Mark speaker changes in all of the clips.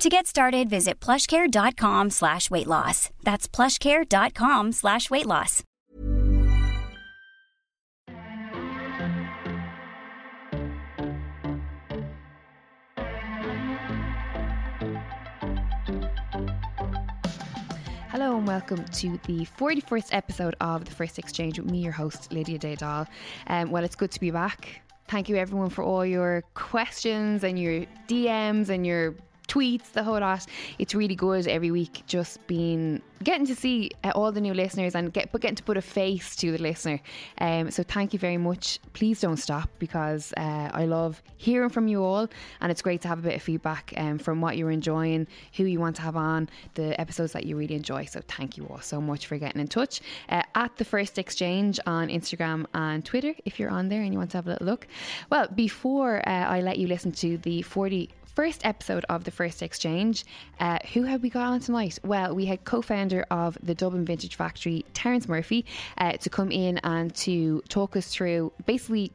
Speaker 1: To get started, visit plushcare.com slash weight loss. That's plushcare.com slash weight loss.
Speaker 2: Hello and welcome to the 41st episode of The First Exchange with me, your host, Lydia Daydahl. Um, well, it's good to be back. Thank you, everyone, for all your questions and your DMs and your tweets, the whole lot. It's really good every week just being getting to see uh, all the new listeners and get but getting to put a face to the listener. Um, so thank you very much. Please don't stop because uh, I love hearing from you all, and it's great to have a bit of feedback um, from what you're enjoying, who you want to have on, the episodes that you really enjoy. So thank you all so much for getting in touch uh, at the First Exchange on Instagram and Twitter if you're on there and you want to have a little look. Well, before uh, I let you listen to the 40 first episode of the first exchange uh, who have we got on tonight well we had co-founder of the dublin vintage factory terence murphy uh, to come in and to talk us through basically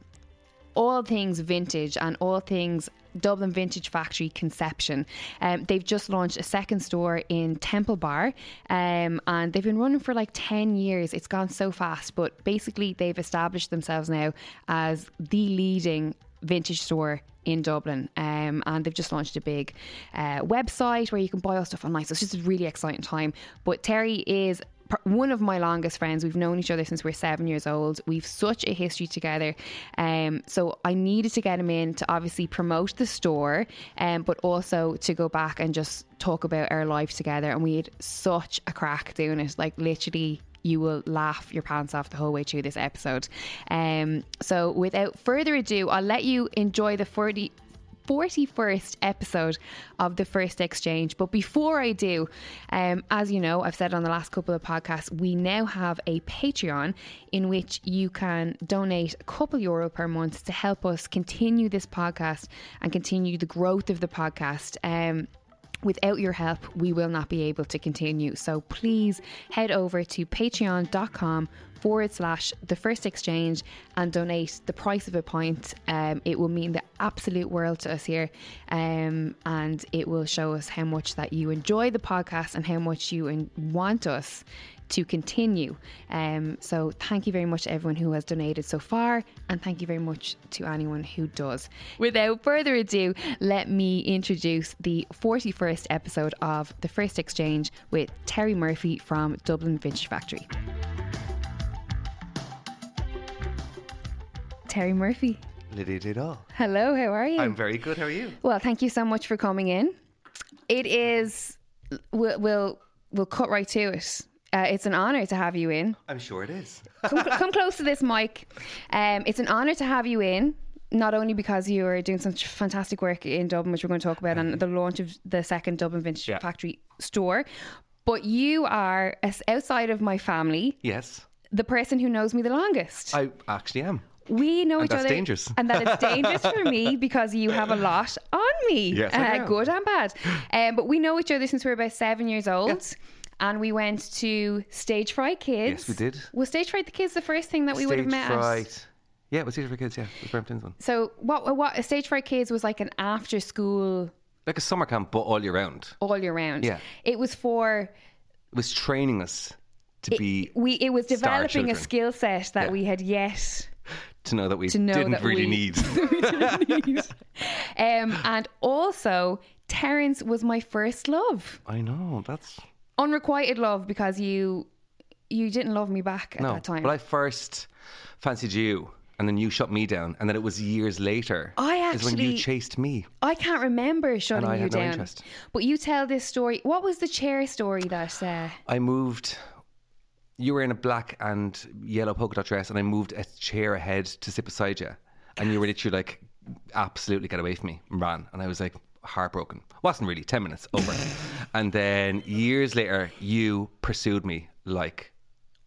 Speaker 2: all things vintage and all things Dublin Vintage Factory Conception. Um, they've just launched a second store in Temple Bar um, and they've been running for like 10 years. It's gone so fast, but basically, they've established themselves now as the leading vintage store in Dublin, um, and they've just launched a big uh, website where you can buy all stuff online. So it's just a really exciting time. But Terry is per- one of my longest friends. We've known each other since we we're seven years old. We've such a history together. Um, so I needed to get him in to obviously promote the store, um, but also to go back and just talk about our life together. And we had such a crack doing it. Like literally, you will laugh your pants off the whole way through this episode. Um, so, without further ado, I'll let you enjoy the 40, 41st episode of The First Exchange. But before I do, um, as you know, I've said on the last couple of podcasts, we now have a Patreon in which you can donate a couple euro per month to help us continue this podcast and continue the growth of the podcast. Um, Without your help, we will not be able to continue. So please head over to patreon.com forward slash the first exchange and donate the price of a pint. Um, it will mean the absolute world to us here um, and it will show us how much that you enjoy the podcast and how much you en- want us to continue. Um, so thank you very much to everyone who has donated so far, and thank you very much to anyone who does. Without further ado, let me introduce the 41st episode of The First Exchange with Terry Murphy from Dublin Vintage Factory. Terry Murphy,
Speaker 3: Lydia did all.
Speaker 2: hello, how are you?
Speaker 3: I'm very good. How are you?
Speaker 2: Well, thank you so much for coming in. It is we'll we'll, we'll cut right to it. Uh, it's an honour to have you in.
Speaker 3: I'm sure it is.
Speaker 2: Come, cl- come close to this mic. Um, it's an honour to have you in. Not only because you are doing such fantastic work in Dublin, which we're going to talk about, and the launch of the second Dublin Vintage
Speaker 3: Yeah.
Speaker 2: Factory store, but you are, as outside of my family,
Speaker 3: Yes,
Speaker 2: the person who knows me the longest.
Speaker 3: I actually am.
Speaker 2: We know each
Speaker 3: that's
Speaker 2: other,
Speaker 3: dangerous.
Speaker 2: and that it's dangerous for me because you have a lot on me,
Speaker 3: Yes, I
Speaker 2: uh,
Speaker 3: do.
Speaker 2: good and bad. Um, but we know each other since we were about seven years old, and we went to Stage Fright Kids.
Speaker 3: Yes, we did.
Speaker 2: Was Stage Fright the Kids the first thing that we would have
Speaker 3: Stage
Speaker 2: met? at?
Speaker 3: fright. Yeah, it was Stage Fright Kids. Yeah, it was Brampton's one.
Speaker 2: So what? What Stage Fright Kids was like an after-school
Speaker 3: Like a summer camp, but all year round.
Speaker 2: all year round.
Speaker 3: Yeah.
Speaker 2: it was for
Speaker 3: It was training us to be
Speaker 2: we. It was
Speaker 3: Star
Speaker 2: developing a
Speaker 3: children.
Speaker 2: skill set that
Speaker 3: Yeah.
Speaker 2: we had yet
Speaker 3: to know that we
Speaker 2: to know
Speaker 3: didn't
Speaker 2: that
Speaker 3: really
Speaker 2: we-
Speaker 3: need.
Speaker 2: Um, and also, Terence was my first love,
Speaker 3: I know. That's
Speaker 2: unrequited love, because you you didn't love me back at
Speaker 3: no.
Speaker 2: that time.
Speaker 3: But I first fancied you, and then you shut me down, and then it was years later.
Speaker 2: I
Speaker 3: is when you
Speaker 2: actually-
Speaker 3: chased me.
Speaker 2: I, can't remember shutting
Speaker 3: And I
Speaker 2: you
Speaker 3: had no
Speaker 2: down.
Speaker 3: interest.
Speaker 2: But you tell this story. What was the chair story that? Uh,
Speaker 3: I moved. You were in a black and yellow polka dot dress, and I moved a chair ahead to sit beside you. And you were literally like, absolutely get away from me, and ran. And I was like, heartbroken. Wasn't really, 10 minutes over. and then years later, you pursued me like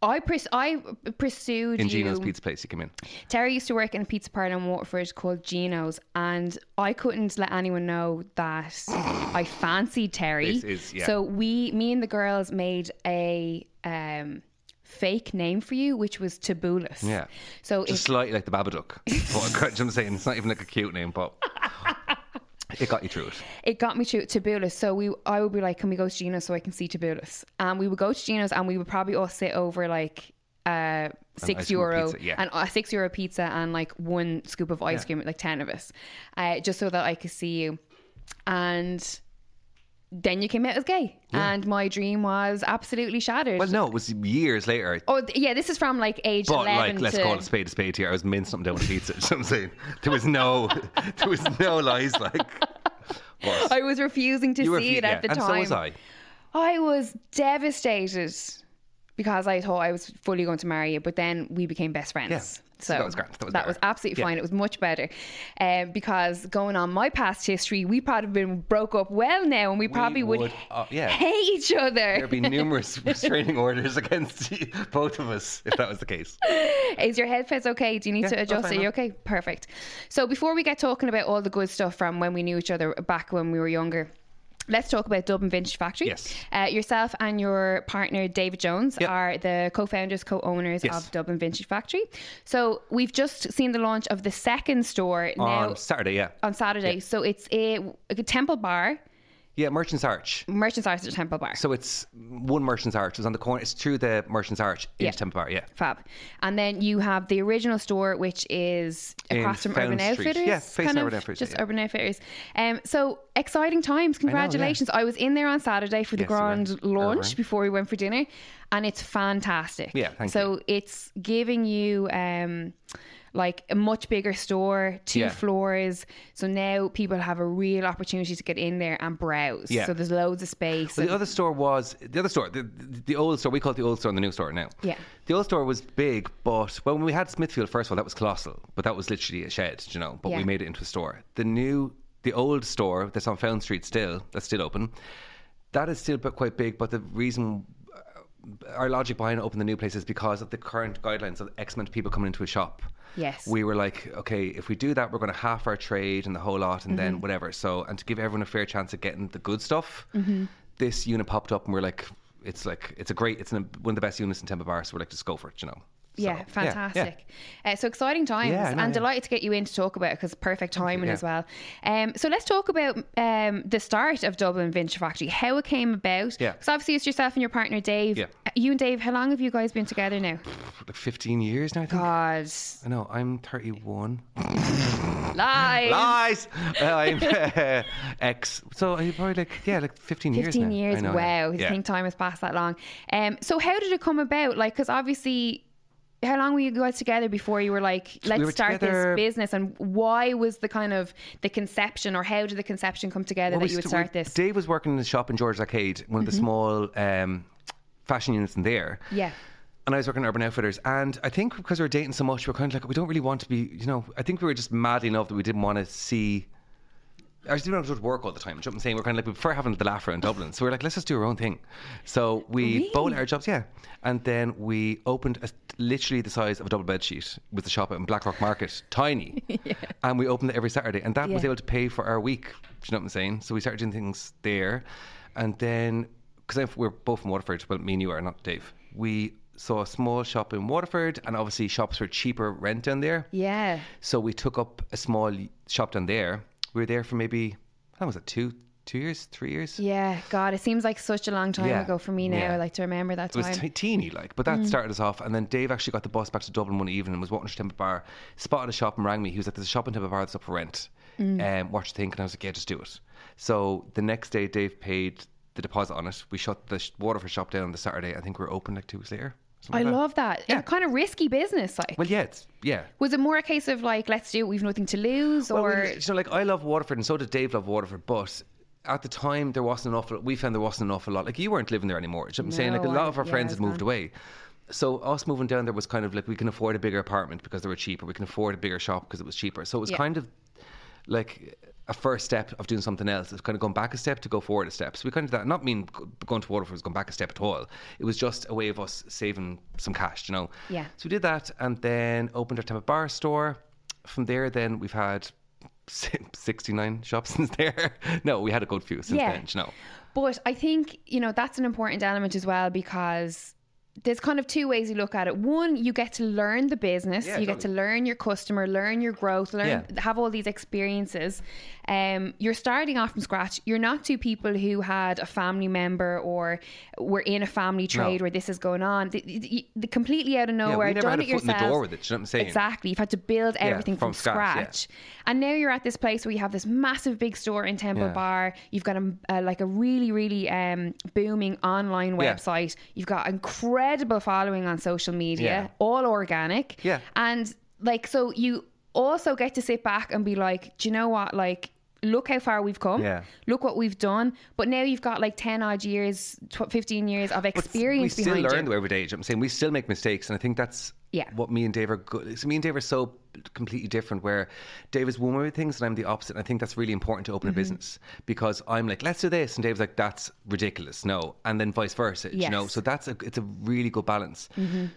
Speaker 2: I pers- I pursued
Speaker 3: in
Speaker 2: you.
Speaker 3: Gino's pizza place you came in.
Speaker 2: Terry used to work in a pizza parlor in Waterford called Gino's, and I couldn't let anyone know that I fancied Terry.
Speaker 3: This is- yeah.
Speaker 2: So we, me and the girls, made a um, fake name for you, which was Tabulus.
Speaker 3: Yeah.
Speaker 2: So
Speaker 3: Just slightly like the Babadook. but, do you know what I'm saying? It's not even like a cute name, but it got you through it.
Speaker 2: it, it got me to Tabulus. So we, I would be like, "Can we go to Gino's so I can see Tabulus?" And we would go to Gino's, and we would probably all sit over like. Uh,
Speaker 3: ice
Speaker 2: six
Speaker 3: cream
Speaker 2: euro
Speaker 3: pizza, yeah.
Speaker 2: and a six euro pizza and like one scoop of ice cream, like ten of us, uh, just so that I could see you. And then you came out as gay, and my dream was absolutely shattered.
Speaker 3: Well, no, it was years later.
Speaker 2: oh th- yeah, this is from like age
Speaker 3: But
Speaker 2: eleven
Speaker 3: like, let's
Speaker 2: to
Speaker 3: call it a spade a spade here. I was mincing something down with pizza. You know what I'm saying? There was no, there was no lies. Like, But
Speaker 2: I was refusing to see
Speaker 3: were-
Speaker 2: it at the
Speaker 3: and
Speaker 2: time.
Speaker 3: so was I.
Speaker 2: I was devastated because I thought I was fully going to marry you, but then we became best friends.
Speaker 3: Yeah.
Speaker 2: So
Speaker 3: That was grand. That was better.
Speaker 2: absolutely
Speaker 3: Yeah.
Speaker 2: fine. It was much better um, because going on my past history, we probably been broke up well now, and we, probably would,
Speaker 3: would, uh, yeah.
Speaker 2: hate each
Speaker 3: There'd
Speaker 2: other.
Speaker 3: be numerous restraining orders against both of us if that was the case.
Speaker 2: Is your headphones okay? Do you need to
Speaker 3: that's
Speaker 2: adjust?
Speaker 3: fine
Speaker 2: Are you okay? Perfect. So before we get talking about all the good stuff from when we knew each other back when we were younger. Let's talk about Dublin Vintage Factory.
Speaker 3: Yes.
Speaker 2: Uh, yourself and your partner David Jones
Speaker 3: Yep.
Speaker 2: are the co-founders, co-owners
Speaker 3: Yes.
Speaker 2: of Dublin Vintage Factory. So we've just seen the launch of the second store now
Speaker 3: On Saturday, yeah.
Speaker 2: on Saturday. So it's a, a Temple Bar,
Speaker 3: Yeah, Merchant's Arch.
Speaker 2: Merchants Arts at Temple Bar.
Speaker 3: So it's one Merchant's Arch. It's on the corner. It's through the Merchant's Arch into
Speaker 2: Yeah.
Speaker 3: Temple Bar, yeah.
Speaker 2: Fab. And then you have the original store, which is
Speaker 3: In
Speaker 2: across from Urban
Speaker 3: Fownes Street.
Speaker 2: Outfitters.
Speaker 3: Yeah, facing
Speaker 2: kind of,
Speaker 3: Urban Outfitters,
Speaker 2: Just
Speaker 3: yeah.
Speaker 2: Urban Outfitters. Um, so exciting times.
Speaker 3: yeah.
Speaker 2: Congratulations. I, was in there on Saturday for the
Speaker 3: Yes, you
Speaker 2: grand
Speaker 3: were.
Speaker 2: launch
Speaker 3: Irvine.
Speaker 2: before we went for dinner, and it's fantastic.
Speaker 3: Yeah, thank
Speaker 2: so it's giving you. Um, like a much bigger store, two
Speaker 3: Yeah.
Speaker 2: floors. So now people have a real opportunity to get in there and browse.
Speaker 3: Yeah.
Speaker 2: So there's loads of space.
Speaker 3: But
Speaker 2: and-
Speaker 3: the other store was the other store, the, the, the old store. We call it the old store and the new store now.
Speaker 2: Yeah.
Speaker 3: The old store was big, but well, when we had Smithfield, first of all, that was colossal, but that was literally a shed, do you know. But
Speaker 2: Yeah.
Speaker 3: we made it into a store. The new, the old store that's on Found Street still, that's still open, that is still bu- quite big. But the reason uh, our logic behind opening the new place is because of the current guidelines of X amount of people coming into a shop.
Speaker 2: Yes.
Speaker 3: We were like, okay, if we do that, we're going to half our trade and the whole lot, and
Speaker 2: Mm-hmm.
Speaker 3: then whatever. So, and to give everyone a fair chance of getting the good stuff,
Speaker 2: Mm-hmm.
Speaker 3: this unit popped up, and we're like, it's like it's a great, it's an, one of the best units in Temple Bar. So we're like, just go for it, you know. So,
Speaker 2: Yeah, fantastic. Uh, so exciting times.
Speaker 3: Yeah, I know,
Speaker 2: I'm
Speaker 3: yeah.
Speaker 2: delighted to get you in to talk about it because perfect timing
Speaker 3: yeah.
Speaker 2: as well. Um, so let's talk about um, the start of Dublin Vintage Factory, how it came about.
Speaker 3: Yeah.
Speaker 2: Because obviously it's yourself and your partner Dave.
Speaker 3: Yeah.
Speaker 2: Uh, You and Dave, how long have you guys been together now?
Speaker 3: For like 15 years now, I think.
Speaker 2: God,
Speaker 3: I know. I'm 31.
Speaker 2: lies.
Speaker 3: Lies. Uh, I'm uh, ex. So are you probably like yeah, like 15 years.
Speaker 2: 15
Speaker 3: now. I
Speaker 2: years.
Speaker 3: know,
Speaker 2: wow.
Speaker 3: Yeah.
Speaker 2: You think time has passed that long. Um, so how did it come about? Like, because obviously. How long were you guys together before you were like, let's
Speaker 3: were
Speaker 2: start
Speaker 3: together-
Speaker 2: this business? And why was the kind of the conception, or how did the conception come together
Speaker 3: Well,
Speaker 2: that
Speaker 3: we
Speaker 2: you would
Speaker 3: st-
Speaker 2: start
Speaker 3: we-
Speaker 2: this? Mm-hmm.
Speaker 3: Dave was working in the shop in George's Arcade, one of the small um, fashion units in there.
Speaker 2: Yeah.
Speaker 3: And I was working at Urban Outfitters. And I think because we were dating so much, we were kind of like, we don't really want to be, you know, I think we were just madly in love that we didn't want to see. I just didn't want to go to work all the time. Do you know what I'm saying? We're kind of like, we prefer having the laugh around Dublin. So we we're like, let's just do our own thing. So we both our jobs, yeah. And then we opened a, literally the size of a double bed sheet with the shop in Blackrock Market, tiny. And we opened it every Saturday. And that was
Speaker 2: Yeah.
Speaker 3: able to pay for our week. Do you know what I'm saying? So we started doing things there. And then, because we're both from Waterford, well, me and you are, not Dave. We saw a small shop in Waterford, and obviously shops were cheaper rent down there.
Speaker 2: Yeah.
Speaker 3: So we took up a small shop down there. We were there for maybe, how long was it, two, two years, three years?
Speaker 2: Yeah. God, it seems like such a long time
Speaker 3: Yeah.
Speaker 2: ago for me now.
Speaker 3: Yeah.
Speaker 2: I like to remember that
Speaker 3: It
Speaker 2: time.
Speaker 3: was t- teeny, like, but
Speaker 2: Mm.
Speaker 3: that started us off. And then Dave actually got the bus back to Dublin one evening and was walking to Temple Bar, spotted a shop and rang me. He was like, "There's a shop in Temple Bar that's up for rent.
Speaker 2: Mm.
Speaker 3: Um, what you think?" And I was like, "Yeah, just do it." So the next day, Dave paid the deposit on it. We shut the sh- Waterford shop down on the Saturday. I think we were open like two weeks later.
Speaker 2: I
Speaker 3: something like that.
Speaker 2: love that. It's a kind of risky business. Like,
Speaker 3: Well, yeah, it's yeah.
Speaker 2: was it more a case of like, let's do it, we've nothing to lose,
Speaker 3: Well, we-
Speaker 2: or
Speaker 3: you know, like I love Waterford, and so did Dave love Waterford, but. At the time, there wasn't an awful. We found there wasn't an awful lot. Like you weren't living there anymore. Do you know what I'm saying? Like a
Speaker 2: No,
Speaker 3: lot
Speaker 2: I-
Speaker 3: of our
Speaker 2: yeah,
Speaker 3: friends
Speaker 2: I
Speaker 3: had
Speaker 2: was
Speaker 3: moved away. So us moving down there was kind of like we can afford a bigger apartment because they were cheaper. We can afford a bigger shop because it was cheaper. So it was
Speaker 2: Yeah.
Speaker 3: kind of like a first step of doing something else. It's kind of gone back a step to go forward a step. So we kind of did that. Not mean g- going to Waterford was going back a step at all. It was just a way of us saving some cash, you know.
Speaker 2: Yeah.
Speaker 3: So we did that and then opened our Tampa Bar store. From there, then we've had si- 69 shops since there. No, we had a good few since
Speaker 2: Yeah.
Speaker 3: then, you know.
Speaker 2: But I think, you know, that's an important element as well because there's kind of two ways you look at it. One, you get to learn the business,
Speaker 3: Yeah,
Speaker 2: you get to
Speaker 3: totally.
Speaker 2: learn your customer, learn your growth, learn have all these experiences. Um, you're starting off from scratch. You're not two people who had a family member or were in a family trade where this is going on. The, the, the completely out of
Speaker 3: Yeah,
Speaker 2: nowhere,
Speaker 3: we never
Speaker 2: done
Speaker 3: had a
Speaker 2: Oh, it
Speaker 3: foot in the
Speaker 2: yourself.
Speaker 3: door with it, do you know what I'm saying?
Speaker 2: Exactly. You've had to build everything from,
Speaker 3: from
Speaker 2: scratch.
Speaker 3: scratch, yeah.
Speaker 2: And now you're at this place where you have this massive big store in Temple
Speaker 3: Yeah.
Speaker 2: Bar. You've got a, uh, like a really, really um, booming online
Speaker 3: Yeah.
Speaker 2: website. You've got incredible following on social media,
Speaker 3: Yeah.
Speaker 2: all organic.
Speaker 3: Yeah.
Speaker 2: And like, so you also get to sit back and be like, do you know what? Like, look how far we've come.
Speaker 3: Yeah.
Speaker 2: Look what we've done. But now you've got like 10 odd years, tw- 15 years of experience
Speaker 3: we still
Speaker 2: behind
Speaker 3: learn
Speaker 2: you.
Speaker 3: though every day. do you know what I'm saying we still make mistakes, and I think that's
Speaker 2: Yeah.
Speaker 3: what me and Dave are good. So me and Dave are so completely different. Where Dave is one way with things, and I'm the opposite. And I think that's really important to
Speaker 2: Mm-hmm.
Speaker 3: open a business because I'm like, let's do this, and Dave's like, that's ridiculous, no, and then vice versa. do You know,
Speaker 2: Yes. Mm-hmm.
Speaker 3: so that's a it's a really good balance.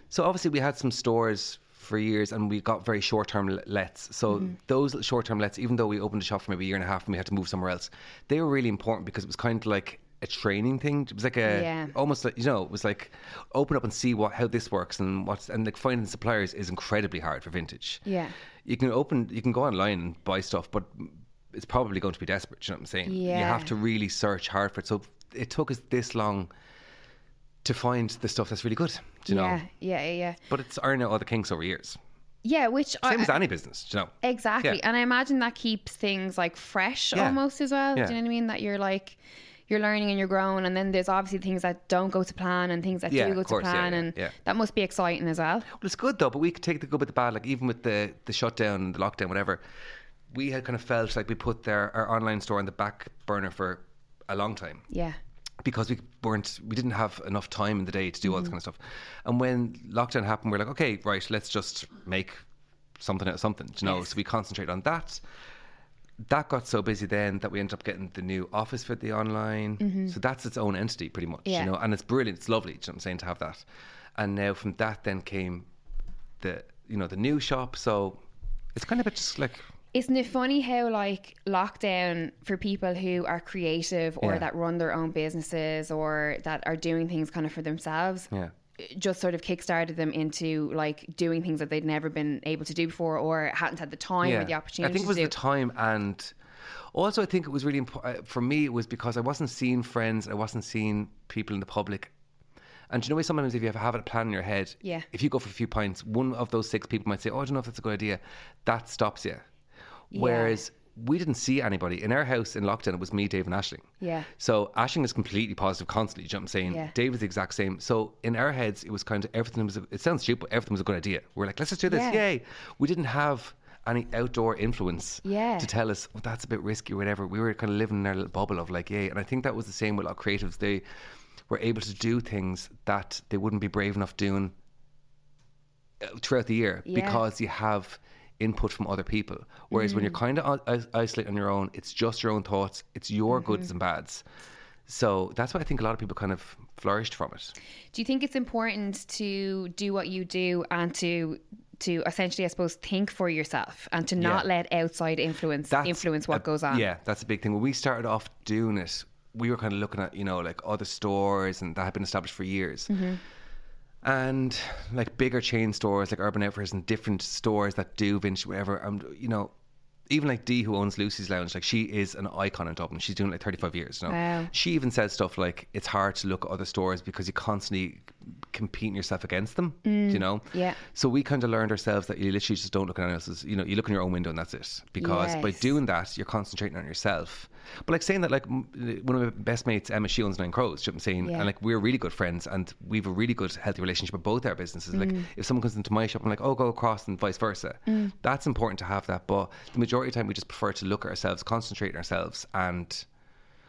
Speaker 3: So obviously we had some stores. For years, and we got very short term lets. So,
Speaker 2: Mm-hmm.
Speaker 3: those short term lets, even though we opened the shop for maybe a year and a half and we had to move somewhere else, they were really important because it was kind of like a training thing. It was like a
Speaker 2: Yeah.
Speaker 3: almost like you know it was like open up and see what how this works and what's and like finding suppliers is incredibly hard for vintage
Speaker 2: Yeah.
Speaker 3: you can open you can go online and buy stuff but it's probably going to be desperate you know what i'm saying you
Speaker 2: Yeah.
Speaker 3: have to really search hard for it so it took us this long to find the stuff that's really good do you
Speaker 2: yeah,
Speaker 3: know
Speaker 2: yeah, yeah, yeah.
Speaker 3: but it's ironing out all the kinks over years
Speaker 2: Yeah, which
Speaker 3: same
Speaker 2: I,
Speaker 3: as any business do you know
Speaker 2: Exactly.
Speaker 3: Yeah.
Speaker 2: And I imagine that keeps things like fresh
Speaker 3: Yeah.
Speaker 2: almost as well. Do
Speaker 3: Yeah.
Speaker 2: you know what I mean? That you're like you're learning and you're growing and then there's obviously things that don't go to plan and things that
Speaker 3: Yeah,
Speaker 2: do go
Speaker 3: of course,
Speaker 2: to
Speaker 3: yeah,
Speaker 2: plan
Speaker 3: yeah,
Speaker 2: and
Speaker 3: yeah.
Speaker 2: that must be exciting as well.
Speaker 3: Well, it's good though, but we could take the good with the bad. Like even with the the shutdown and the lockdown, whatever, we had kind of felt like we put their our online store on the back burner for a long time
Speaker 2: Yeah.
Speaker 3: because we weren't we didn't have enough time in the day to do all this kind of stuff. And when lockdown happened, we we're like, okay, right, let's just make something out of something, do you know. So we concentrate on that. That got so busy then that we ended up getting the new office for the online. So that's its own entity, pretty much,
Speaker 2: Yeah.
Speaker 3: you know. And it's brilliant, it's lovely. Do you know what I'm saying to have that. And now from that then came the you know the new shop. So it's kind of a bit just like
Speaker 2: Isn't it funny how like lockdown for people who are creative or
Speaker 3: Yeah.
Speaker 2: that run their own businesses or that are doing things kind of for themselves
Speaker 3: yeah.
Speaker 2: just sort of kickstarted them into like doing things that they'd never been able to do before or hadn't had the time or the opportunity
Speaker 3: I think it was
Speaker 2: to
Speaker 3: the
Speaker 2: do.
Speaker 3: time and also I think it was really important for me it was because I wasn't seeing friends I wasn't seeing people in the public and do you know what, sometimes if you have, have a plan in your head
Speaker 2: Yeah.
Speaker 3: if you go for a few pints one of those six people might say oh I don't know if that's a good idea that stops you whereas we didn't see anybody in our house in lockdown it was me Dave and Ashling
Speaker 2: yeah.
Speaker 3: so Ashing is completely positive constantly. Do you know what I'm saying?
Speaker 2: Yeah.
Speaker 3: Dave is the exact same. So in our heads, it was kind of everything was. It sounds stupid. but Everything was a good idea. We're like, let's just do this.
Speaker 2: Yeah.
Speaker 3: Yay! We didn't have any outdoor influence
Speaker 2: Yeah.
Speaker 3: to tell us well, that's a bit risky or whatever. We were kind of living in our little bubble of like, yay! And I think that was the same with our creatives. They were able to do things that they wouldn't be brave enough doing uh, throughout the year
Speaker 2: Yeah.
Speaker 3: because you have input from other people. Whereas when you're kind of is- isolated on your own, it's just your own thoughts, it's your goods and bads. So that's why I think a lot of people kind of flourished from it.
Speaker 2: Do you think it's important to do what you do and to to essentially, I suppose, think for yourself and to not let outside influence
Speaker 3: That's
Speaker 2: influence what
Speaker 3: a-
Speaker 2: goes on?
Speaker 3: Yeah, that's a big thing. When we started off doing it, we were kind of looking at, you know, like other stores and that had been established for years.
Speaker 2: Mm-hmm.
Speaker 3: And like bigger chain stores like Urban Outfitters and different stores that do vintage, whatever. And, you know, even like Dee, who owns Lucy's Lounge, like she is an icon in Dublin. She's doing it like 35 years now.
Speaker 2: Wow.
Speaker 3: She even says stuff like, it's hard to look at other stores because you constantly competing yourself against them, you know?
Speaker 2: Mm. yeah.
Speaker 3: So we kind of learned ourselves that you literally just don't look at anyone else's, you know, you look in your own window and that's it. Because by
Speaker 2: Yes.
Speaker 3: doing that, you're concentrating on yourself. But like saying that, like m- one of my best mates, Emma, she owns Nine Crows, do you know what I'm saying?
Speaker 2: Yeah.
Speaker 3: And like we're really good friends and we have a really good, healthy relationship with both our businesses.
Speaker 2: Mm.
Speaker 3: Like if someone comes into my shop, I'm like, oh, go across and vice versa. That's important to have that. But the majority of the time, we just prefer to look at ourselves, concentrate on ourselves and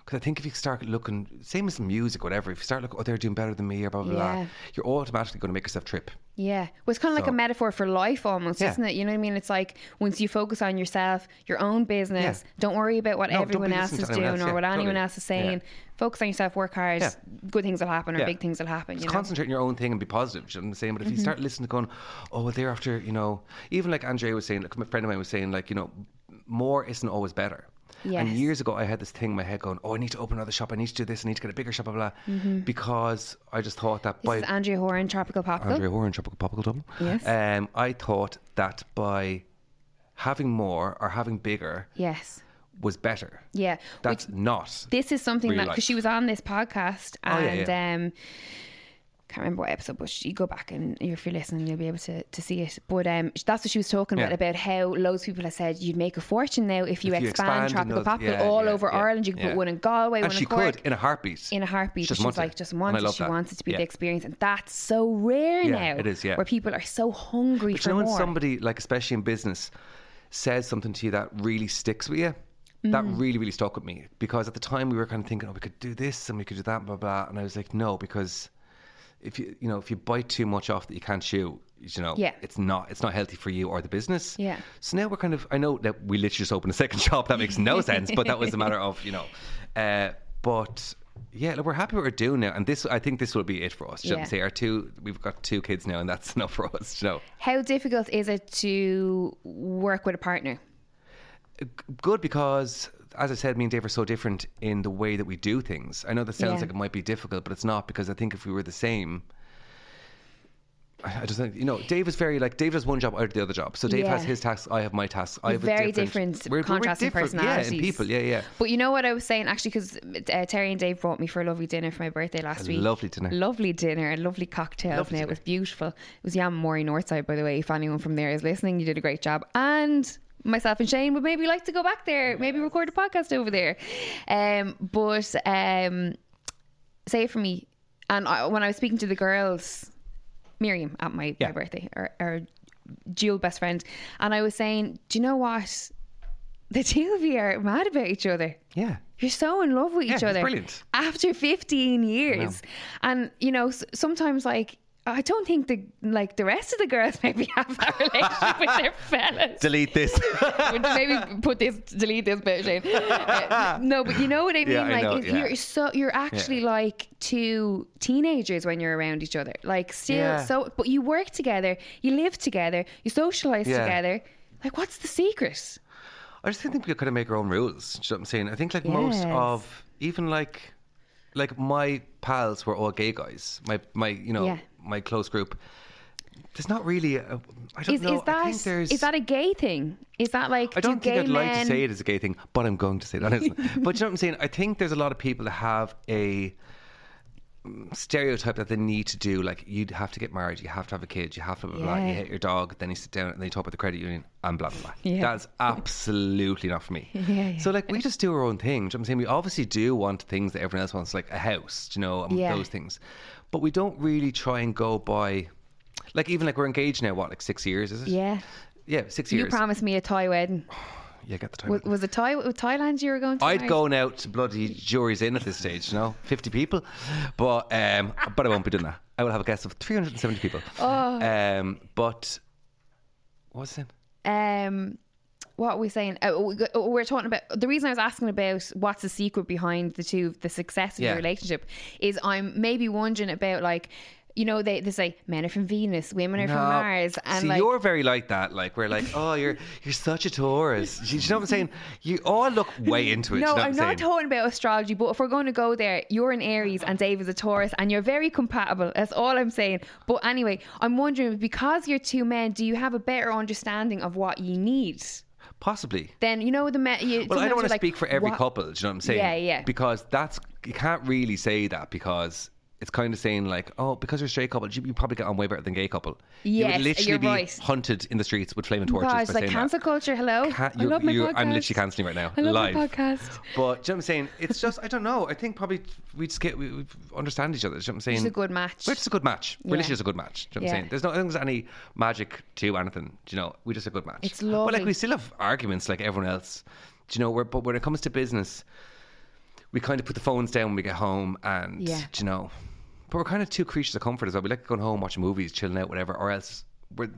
Speaker 3: Because I think if you start looking, same as music, whatever, if you start looking, oh, they're doing better than me, or blah, blah,
Speaker 2: Yeah.
Speaker 3: blah, you're automatically going to make yourself trip.
Speaker 2: Yeah. Well, it's kind of like a
Speaker 3: So-
Speaker 2: metaphor for life almost,
Speaker 3: Yeah.
Speaker 2: isn't it? You know what I mean? It's like once you focus on yourself, your own business, don't worry about what
Speaker 3: No, don't be
Speaker 2: everyone else
Speaker 3: listening
Speaker 2: is
Speaker 3: to anyone
Speaker 2: doing
Speaker 3: else.
Speaker 2: or
Speaker 3: Yeah,
Speaker 2: what anyone
Speaker 3: totally.
Speaker 2: else is
Speaker 3: Yeah.
Speaker 2: saying. Focus on yourself, work hard,
Speaker 3: Yeah.
Speaker 2: good things will happen or
Speaker 3: Yeah.
Speaker 2: big things will happen, you know? Mm-hmm.
Speaker 3: concentrate on your own thing and be positive. do You know what I'm saying? But if you start listening to going, oh, well, they're after, you know, even like Andrea was saying, like my friend of mine was saying, like, you know, more isn't always better. And
Speaker 2: Yes.
Speaker 3: years ago, I had this thing in my head going, oh, I need to open another shop. I need to do this. I need to get a bigger shop, blah, blah, blah. Because I just thought that
Speaker 2: This
Speaker 3: by
Speaker 2: Mm-hmm. is Andrea Horan, Tropical Popcorn.
Speaker 3: Andrea Warren, Tropical Popical Double.
Speaker 2: Yes.
Speaker 3: Um, I thought that by having more or having bigger
Speaker 2: Yes.
Speaker 3: was better.
Speaker 2: Yeah. Which
Speaker 3: That's not.
Speaker 2: this is something
Speaker 3: real
Speaker 2: that
Speaker 3: life.
Speaker 2: because she was on this podcast
Speaker 3: Oh, yeah,
Speaker 2: and um can't remember what episode, but you go back and if you're listening, you'll be able to, to see it. But um, that's what she was talking about
Speaker 3: Yeah.
Speaker 2: about how loads of people have said you'd make a fortune now if you,
Speaker 3: If you
Speaker 2: expand,
Speaker 3: expand in
Speaker 2: Tropical
Speaker 3: those-
Speaker 2: Poplar
Speaker 3: yeah,
Speaker 2: all
Speaker 3: yeah,
Speaker 2: over
Speaker 3: yeah,
Speaker 2: Ireland. You could
Speaker 3: yeah.
Speaker 2: put one in Galway,
Speaker 3: and
Speaker 2: one
Speaker 3: she
Speaker 2: in Cork.
Speaker 3: could in a heartbeat.
Speaker 2: in a heartbeat,
Speaker 3: She
Speaker 2: but
Speaker 3: just
Speaker 2: she's
Speaker 3: wants it.
Speaker 2: like, just
Speaker 3: And I
Speaker 2: wants it.
Speaker 3: love
Speaker 2: She
Speaker 3: that.
Speaker 2: wants it to be
Speaker 3: Yeah.
Speaker 2: the experience, and that's so rare
Speaker 3: Yeah,
Speaker 2: now.
Speaker 3: it is, yeah.
Speaker 2: where people are so hungry
Speaker 3: But
Speaker 2: for
Speaker 3: you know when
Speaker 2: more.
Speaker 3: somebody, like especially in business, says something to you that really sticks with you? That
Speaker 2: Mm.
Speaker 3: really, really stuck with me. Because at the time we were kind of thinking, oh, we could do this and we could do that, blah, blah. And I was like, no, because if you you know, if you bite too much off that you can't chew, you know,
Speaker 2: Yeah.
Speaker 3: it's not it's not healthy for you or the business.
Speaker 2: Yeah.
Speaker 3: So now we're kind of I know that we literally just opened a second shop, that makes no sense, but that was a matter of, you know. Uh, but yeah, look, we're happy what we're doing now, and this I think this will be it for us. do You know what
Speaker 2: Yeah.
Speaker 3: I'm saying? Our two, we've got two kids now, and that's enough for us. You know,
Speaker 2: How difficult is it to work with a partner?
Speaker 3: good because as I said, me and Dave are so different in the way that we do things. I know that sounds
Speaker 2: Yeah.
Speaker 3: like it might be difficult, but it's not because I think if we were the same, I I just think you know Dave is very like Dave does one job, I do the other job. So Dave has
Speaker 2: Yeah.
Speaker 3: his tasks, I have my tasks. I have a
Speaker 2: Very
Speaker 3: different,
Speaker 2: different contrasting
Speaker 3: Yeah,
Speaker 2: personalities.
Speaker 3: and people, yeah, yeah.
Speaker 2: But you know what I was saying actually, because uh, Terry and Dave brought me for a lovely dinner for my birthday last week.
Speaker 3: Lovely dinner.
Speaker 2: Lovely dinner and lovely cocktails.
Speaker 3: Lovely
Speaker 2: now it
Speaker 3: dinner.
Speaker 2: was beautiful. It was Yam Mori Northside, by the way. If anyone from there is listening, you did a great job. And myself and Shane would maybe like to go back there, maybe record a podcast over there. Um, but um, say for me, and I, when I was speaking to the girls, Miriam at my, my
Speaker 3: Yeah.
Speaker 2: birthday, or, or dual best friend, and I was saying, do you know what? The two of you are mad about each other.
Speaker 3: Yeah.
Speaker 2: You're so in love with each
Speaker 3: it's
Speaker 2: other.
Speaker 3: brilliant.
Speaker 2: After 15 years. And, you know, s- sometimes, like, I don't think the like the rest of the girls maybe have that relationship with their fellas.
Speaker 3: Delete this.
Speaker 2: Would maybe put this, delete this bit, Shane. Uh, no, but you know what I mean.
Speaker 3: Yeah, I
Speaker 2: like
Speaker 3: know,
Speaker 2: it-
Speaker 3: yeah.
Speaker 2: you're so you're actually like two teenagers when you're around each other. Like still
Speaker 3: Yeah.
Speaker 2: so, but you work together, you live together, you socialize
Speaker 3: Yeah.
Speaker 2: together. Like, what's the secret?
Speaker 3: I just think we kind of make our own rules. Do you know what I'm saying? I think like most
Speaker 2: Yes.
Speaker 3: of even like like my pals were all gay guys. My my you know
Speaker 2: Yeah.
Speaker 3: my close group. There's not really. A, I don't
Speaker 2: Is,
Speaker 3: know.
Speaker 2: is that
Speaker 3: I think there's.
Speaker 2: is that a gay thing? Is that like
Speaker 3: I don't
Speaker 2: do
Speaker 3: think
Speaker 2: gay
Speaker 3: I'd
Speaker 2: men?
Speaker 3: like to say it is a gay thing, but I'm going to say that. Isn't it? but you know what I'm saying? I think there's a lot of people that have a mm, stereotype that they need to do. Like you'd have to get married, you have to have a kid, you have to blah blah. blah
Speaker 2: Yeah.
Speaker 3: you hit your dog, then you sit down and then you talk about the credit union and blah blah blah.
Speaker 2: Yeah.
Speaker 3: That's absolutely not for me.
Speaker 2: yeah.
Speaker 3: So like we just do our own thing. Do you know what I'm saying? We obviously do want things that everyone else wants, like a house, do you know, and
Speaker 2: Yeah.
Speaker 3: those things. But we don't really try and go by like even like we're engaged now, what, like six years, is it?
Speaker 2: Yeah,
Speaker 3: Yeah, six
Speaker 2: you
Speaker 3: years.
Speaker 2: promised me a Thai wedding.
Speaker 3: yeah, get the time.
Speaker 2: Was, was it Thai? Was Thailand you were going to?
Speaker 3: I'd
Speaker 2: marry?
Speaker 3: go now to bloody juries in at this stage, you know, 50 people. But um, but I won't be doing that. I will have a guess of 370 people. Oh. Um, but what was it?
Speaker 2: um what are we saying? Uh, we go- we we're talking about the reason I was asking about what's the secret behind the two, the success of your
Speaker 3: Yeah.
Speaker 2: relationship, is I'm maybe wondering about like, you know, they, they say men are from Venus, women are from
Speaker 3: No.
Speaker 2: Mars, and
Speaker 3: See,
Speaker 2: like
Speaker 3: you're very like that. Like we're like, oh, you're you're such a Taurus. Do you know what I'm saying? You all look way into it. do
Speaker 2: no,
Speaker 3: you know what
Speaker 2: I'm
Speaker 3: saying?
Speaker 2: not talking about astrology, but if we're going to go there, you're an Aries and Dave is a Taurus, and you're very compatible. That's all I'm saying. But anyway, I'm wondering because you're two men, do you have a better understanding of what you need?
Speaker 3: Possibly.
Speaker 2: Then you know the men. You,
Speaker 3: Well, I
Speaker 2: sometimes
Speaker 3: don't want
Speaker 2: you're
Speaker 3: to
Speaker 2: like,
Speaker 3: speak for every
Speaker 2: what-
Speaker 3: couple. Do you know what I'm saying?
Speaker 2: Yeah, yeah.
Speaker 3: Because that's you can't really say that because it's kind of saying like, oh, because you're a straight couple, you, you probably get on way better than gay couple. you
Speaker 2: Yes,
Speaker 3: would literally
Speaker 2: you're
Speaker 3: be
Speaker 2: right.
Speaker 3: hunted in the streets with flaming torches.
Speaker 2: Gosh,
Speaker 3: by
Speaker 2: like
Speaker 3: saying
Speaker 2: cancel
Speaker 3: that.
Speaker 2: culture. Hello,
Speaker 3: Can't-
Speaker 2: I
Speaker 3: you-
Speaker 2: love my
Speaker 3: you-
Speaker 2: podcast.
Speaker 3: I'm literally canceling right now.
Speaker 2: I love my
Speaker 3: live.
Speaker 2: podcast.
Speaker 3: But do you know what I'm saying? It's just I don't know. I think probably we just get we, we understand each other. Do you know what I'm saying?
Speaker 2: It's a good match.
Speaker 3: We're just a good match. We're
Speaker 2: Yeah.
Speaker 3: literally just a good match. Do you know what
Speaker 2: Yeah.
Speaker 3: I'm saying? There's no I don't think there's any magic to anything. Do you know? We're just a good match.
Speaker 2: It's
Speaker 3: But
Speaker 2: lovely.
Speaker 3: like we still have arguments like everyone else. Do you know? We're, but when it comes to business, we kind of put the phones down when we get home, and
Speaker 2: Yeah.
Speaker 3: do you know, but we're kind of two creatures of comfort as well. We like going home, watching movies, chilling out, whatever, or else we're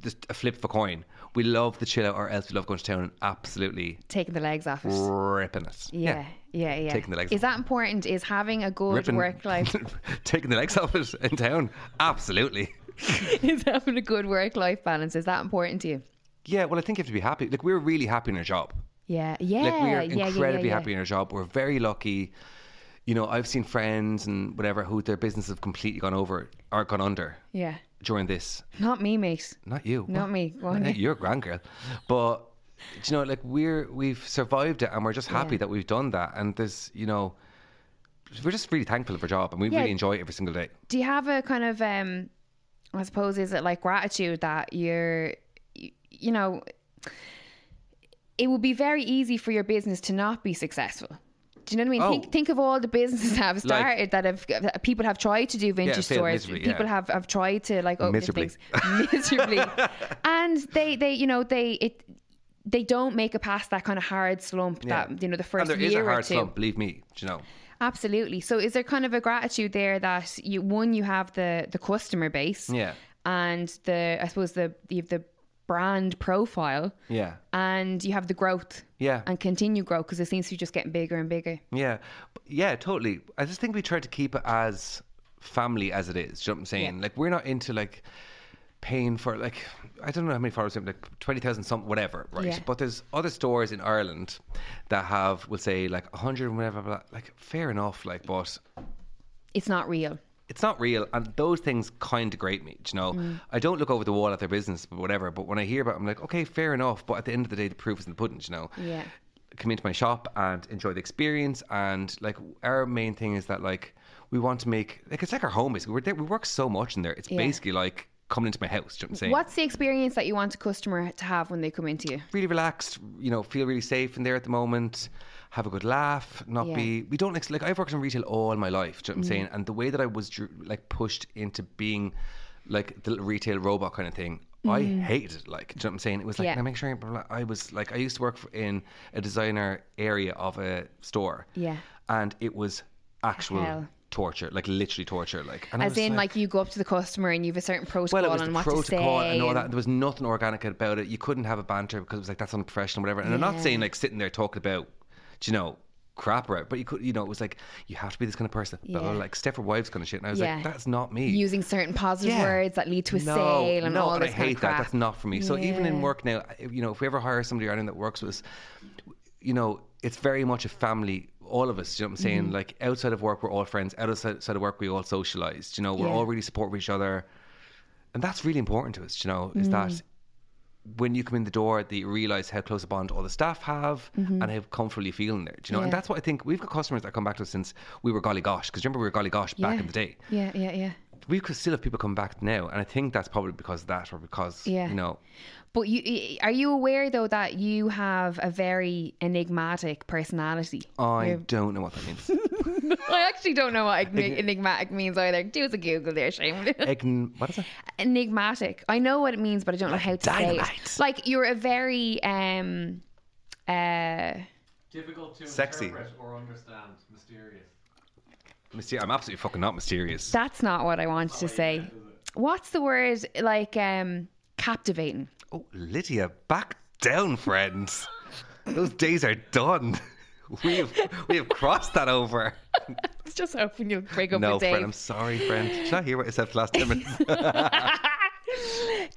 Speaker 3: just a flip of a coin. We love the chill out, or else we love going to town and absolutely
Speaker 2: Taking the legs off it.
Speaker 3: ripping it.
Speaker 2: Yeah, yeah, yeah.
Speaker 3: Taking the legs
Speaker 2: is
Speaker 3: off.
Speaker 2: that important? Is having a good
Speaker 3: ripping
Speaker 2: work life
Speaker 3: taking the legs off it in town, absolutely.
Speaker 2: is having a good work life balance? Is that important to you?
Speaker 3: Yeah, well, I think you have to be happy. Like we're really happy in our job.
Speaker 2: Yeah, yeah,
Speaker 3: Like we are
Speaker 2: yeah,
Speaker 3: incredibly
Speaker 2: yeah, yeah, yeah.
Speaker 3: happy in our job. We're very lucky. You know, I've seen friends and whatever who their businesses have completely gone over or gone under
Speaker 2: Yeah,
Speaker 3: during this.
Speaker 2: not me, mate.
Speaker 3: Not you.
Speaker 2: Not me. Go on.
Speaker 3: Well, You're a grand girl, but do you know, like we're we've survived it, and we're just happy that we've done that. And there's, you know, we're just really thankful of our job, and we
Speaker 2: Yeah.
Speaker 3: really enjoy it every single day.
Speaker 2: do you have a kind of um i suppose is it like gratitude that you're you, you know it would be very easy for your business to not be successful do you know what I mean?
Speaker 3: Oh.
Speaker 2: Think, think of all the businesses that have
Speaker 3: Like-
Speaker 2: started that have that people have tried to do vintage
Speaker 3: failed
Speaker 2: stores.
Speaker 3: miserably, yeah.
Speaker 2: People have, have tried to like open
Speaker 3: Miserably.
Speaker 2: things miserably, and they they you know they it they don't make it past that kind of hard slump that you know the first
Speaker 3: and there
Speaker 2: year
Speaker 3: is a
Speaker 2: or
Speaker 3: hard
Speaker 2: two.
Speaker 3: slump, believe me. Do you know?
Speaker 2: Absolutely. So is there kind of a gratitude there that you one you have the the customer base
Speaker 3: Yeah,
Speaker 2: and the I suppose the you have the brand profile
Speaker 3: yeah,
Speaker 2: and you have the growth
Speaker 3: yeah.
Speaker 2: and continue growth because it seems to be just getting bigger and bigger.
Speaker 3: Yeah, B- yeah, totally. I just think we try to keep it as family as it is. Do you know what I'm saying? Like we're not into like paying for like I don't know how many followers we have, like twenty thousand something whatever, right?
Speaker 2: Yeah.
Speaker 3: But there's other stores in Ireland that have we'll say like hundred and whatever. Blah, like fair enough, like but
Speaker 2: It's not real.
Speaker 3: it's not real, and those things kind of grate me. do You know,
Speaker 2: Mm.
Speaker 3: I don't look over the wall at their business, but whatever. But when I hear about, it, I'm like, okay, fair enough. But at the end of the day, the proof is in the pudding. do You know,
Speaker 2: Yeah.
Speaker 3: come into my shop and enjoy the experience. And like our main thing is that like we want to make like it's like our home basically. We're there, we work so much in there. It's basically like coming into my house. Do you know what I'm saying?
Speaker 2: What's the experience that you want a customer to have when they come into you?
Speaker 3: Really relaxed. You know, feel really safe in there at the moment. Have a good laugh. Not
Speaker 2: Yeah. Mm-hmm.
Speaker 3: be. We don't ex- like. I've worked in retail all my life. Do you know what I'm saying? And the way that I was dr- like pushed into being like the retail robot kind of thing. I hated it. Like, do you know what I'm saying? It was like,
Speaker 2: Mm-hmm. Yeah.
Speaker 3: now make sure. you- blah, blah, blah. I was like, I used to work for, in a designer area of a store
Speaker 2: Yeah.
Speaker 3: and it was actual
Speaker 2: Hell.
Speaker 3: torture, like literally torture. Like, and I
Speaker 2: As
Speaker 3: was
Speaker 2: in like, you go up to the customer and you have a certain protocol
Speaker 3: well, it was
Speaker 2: on
Speaker 3: the
Speaker 2: what to
Speaker 3: protocol
Speaker 2: say.
Speaker 3: and all
Speaker 2: and-
Speaker 3: that. There was nothing organic about it. You couldn't have a banter because it was like that's unprofessional, whatever. And I'm not saying like sitting there talking about, do you know, crap, right? But you could, you know, it was like you have to be this kind of person, blah, blah,
Speaker 2: Yeah.
Speaker 3: blah, like Steph or wives kind of shit. And I was
Speaker 2: Yeah.
Speaker 3: like, that's not me.
Speaker 2: Using certain positive
Speaker 3: Yeah.
Speaker 2: words that lead to a
Speaker 3: no,
Speaker 2: sale and
Speaker 3: no,
Speaker 2: all
Speaker 3: and
Speaker 2: this
Speaker 3: I
Speaker 2: kind
Speaker 3: hate
Speaker 2: of crap.
Speaker 3: that. That's not for me. So even
Speaker 2: Yeah.
Speaker 3: in work now, I- you know, if we ever hire somebody around that works with us, you know, it's very much a family. All of us, you know what I'm saying?
Speaker 2: Mm-hmm.
Speaker 3: Like outside of work, we're all friends. Outside outside of work, we all socialize. You know, we're
Speaker 2: Yeah.
Speaker 3: all really supportive of each other, and that's really important to us. You know, is
Speaker 2: Mm.
Speaker 3: that when you come in the door, that you realize how close a bond all the staff have and how comfortable you feel in there. Do you know, and
Speaker 2: Mm-hmm. Yeah.
Speaker 3: that's what I think. We've got customers that come back to us since we were golly gosh, because remember we were golly gosh back
Speaker 2: Yeah.
Speaker 3: in the day
Speaker 2: yeah, yeah, yeah.
Speaker 3: we could still have people come back now, and I think that's probably because of that, or because
Speaker 2: Yeah.
Speaker 3: you know,
Speaker 2: But you are you aware though that you have a very enigmatic personality?
Speaker 3: I don't know what that means.
Speaker 2: I actually don't know what enig- enigmatic means either. Do us a Google there, Shane.
Speaker 3: Egn, what is it?
Speaker 2: enigmatic. I know what it means, but I don't know how to say
Speaker 3: dynamite.
Speaker 2: it. Like you're a very um uh
Speaker 4: Difficult to
Speaker 3: Sexy.
Speaker 4: interpret or understand. Mysterious.
Speaker 3: Myster- I'm absolutely fucking not mysterious.
Speaker 2: that's not what I wanted to say. What's the word like um captivating?
Speaker 3: oh, Lydia, back down, friends. Those days are done. We have we have crossed that over.
Speaker 2: I was just hoping you'll break up
Speaker 3: no,
Speaker 2: with Dave.
Speaker 3: friend, I'm sorry, friend. Should I hear what I said for the last ten minutes?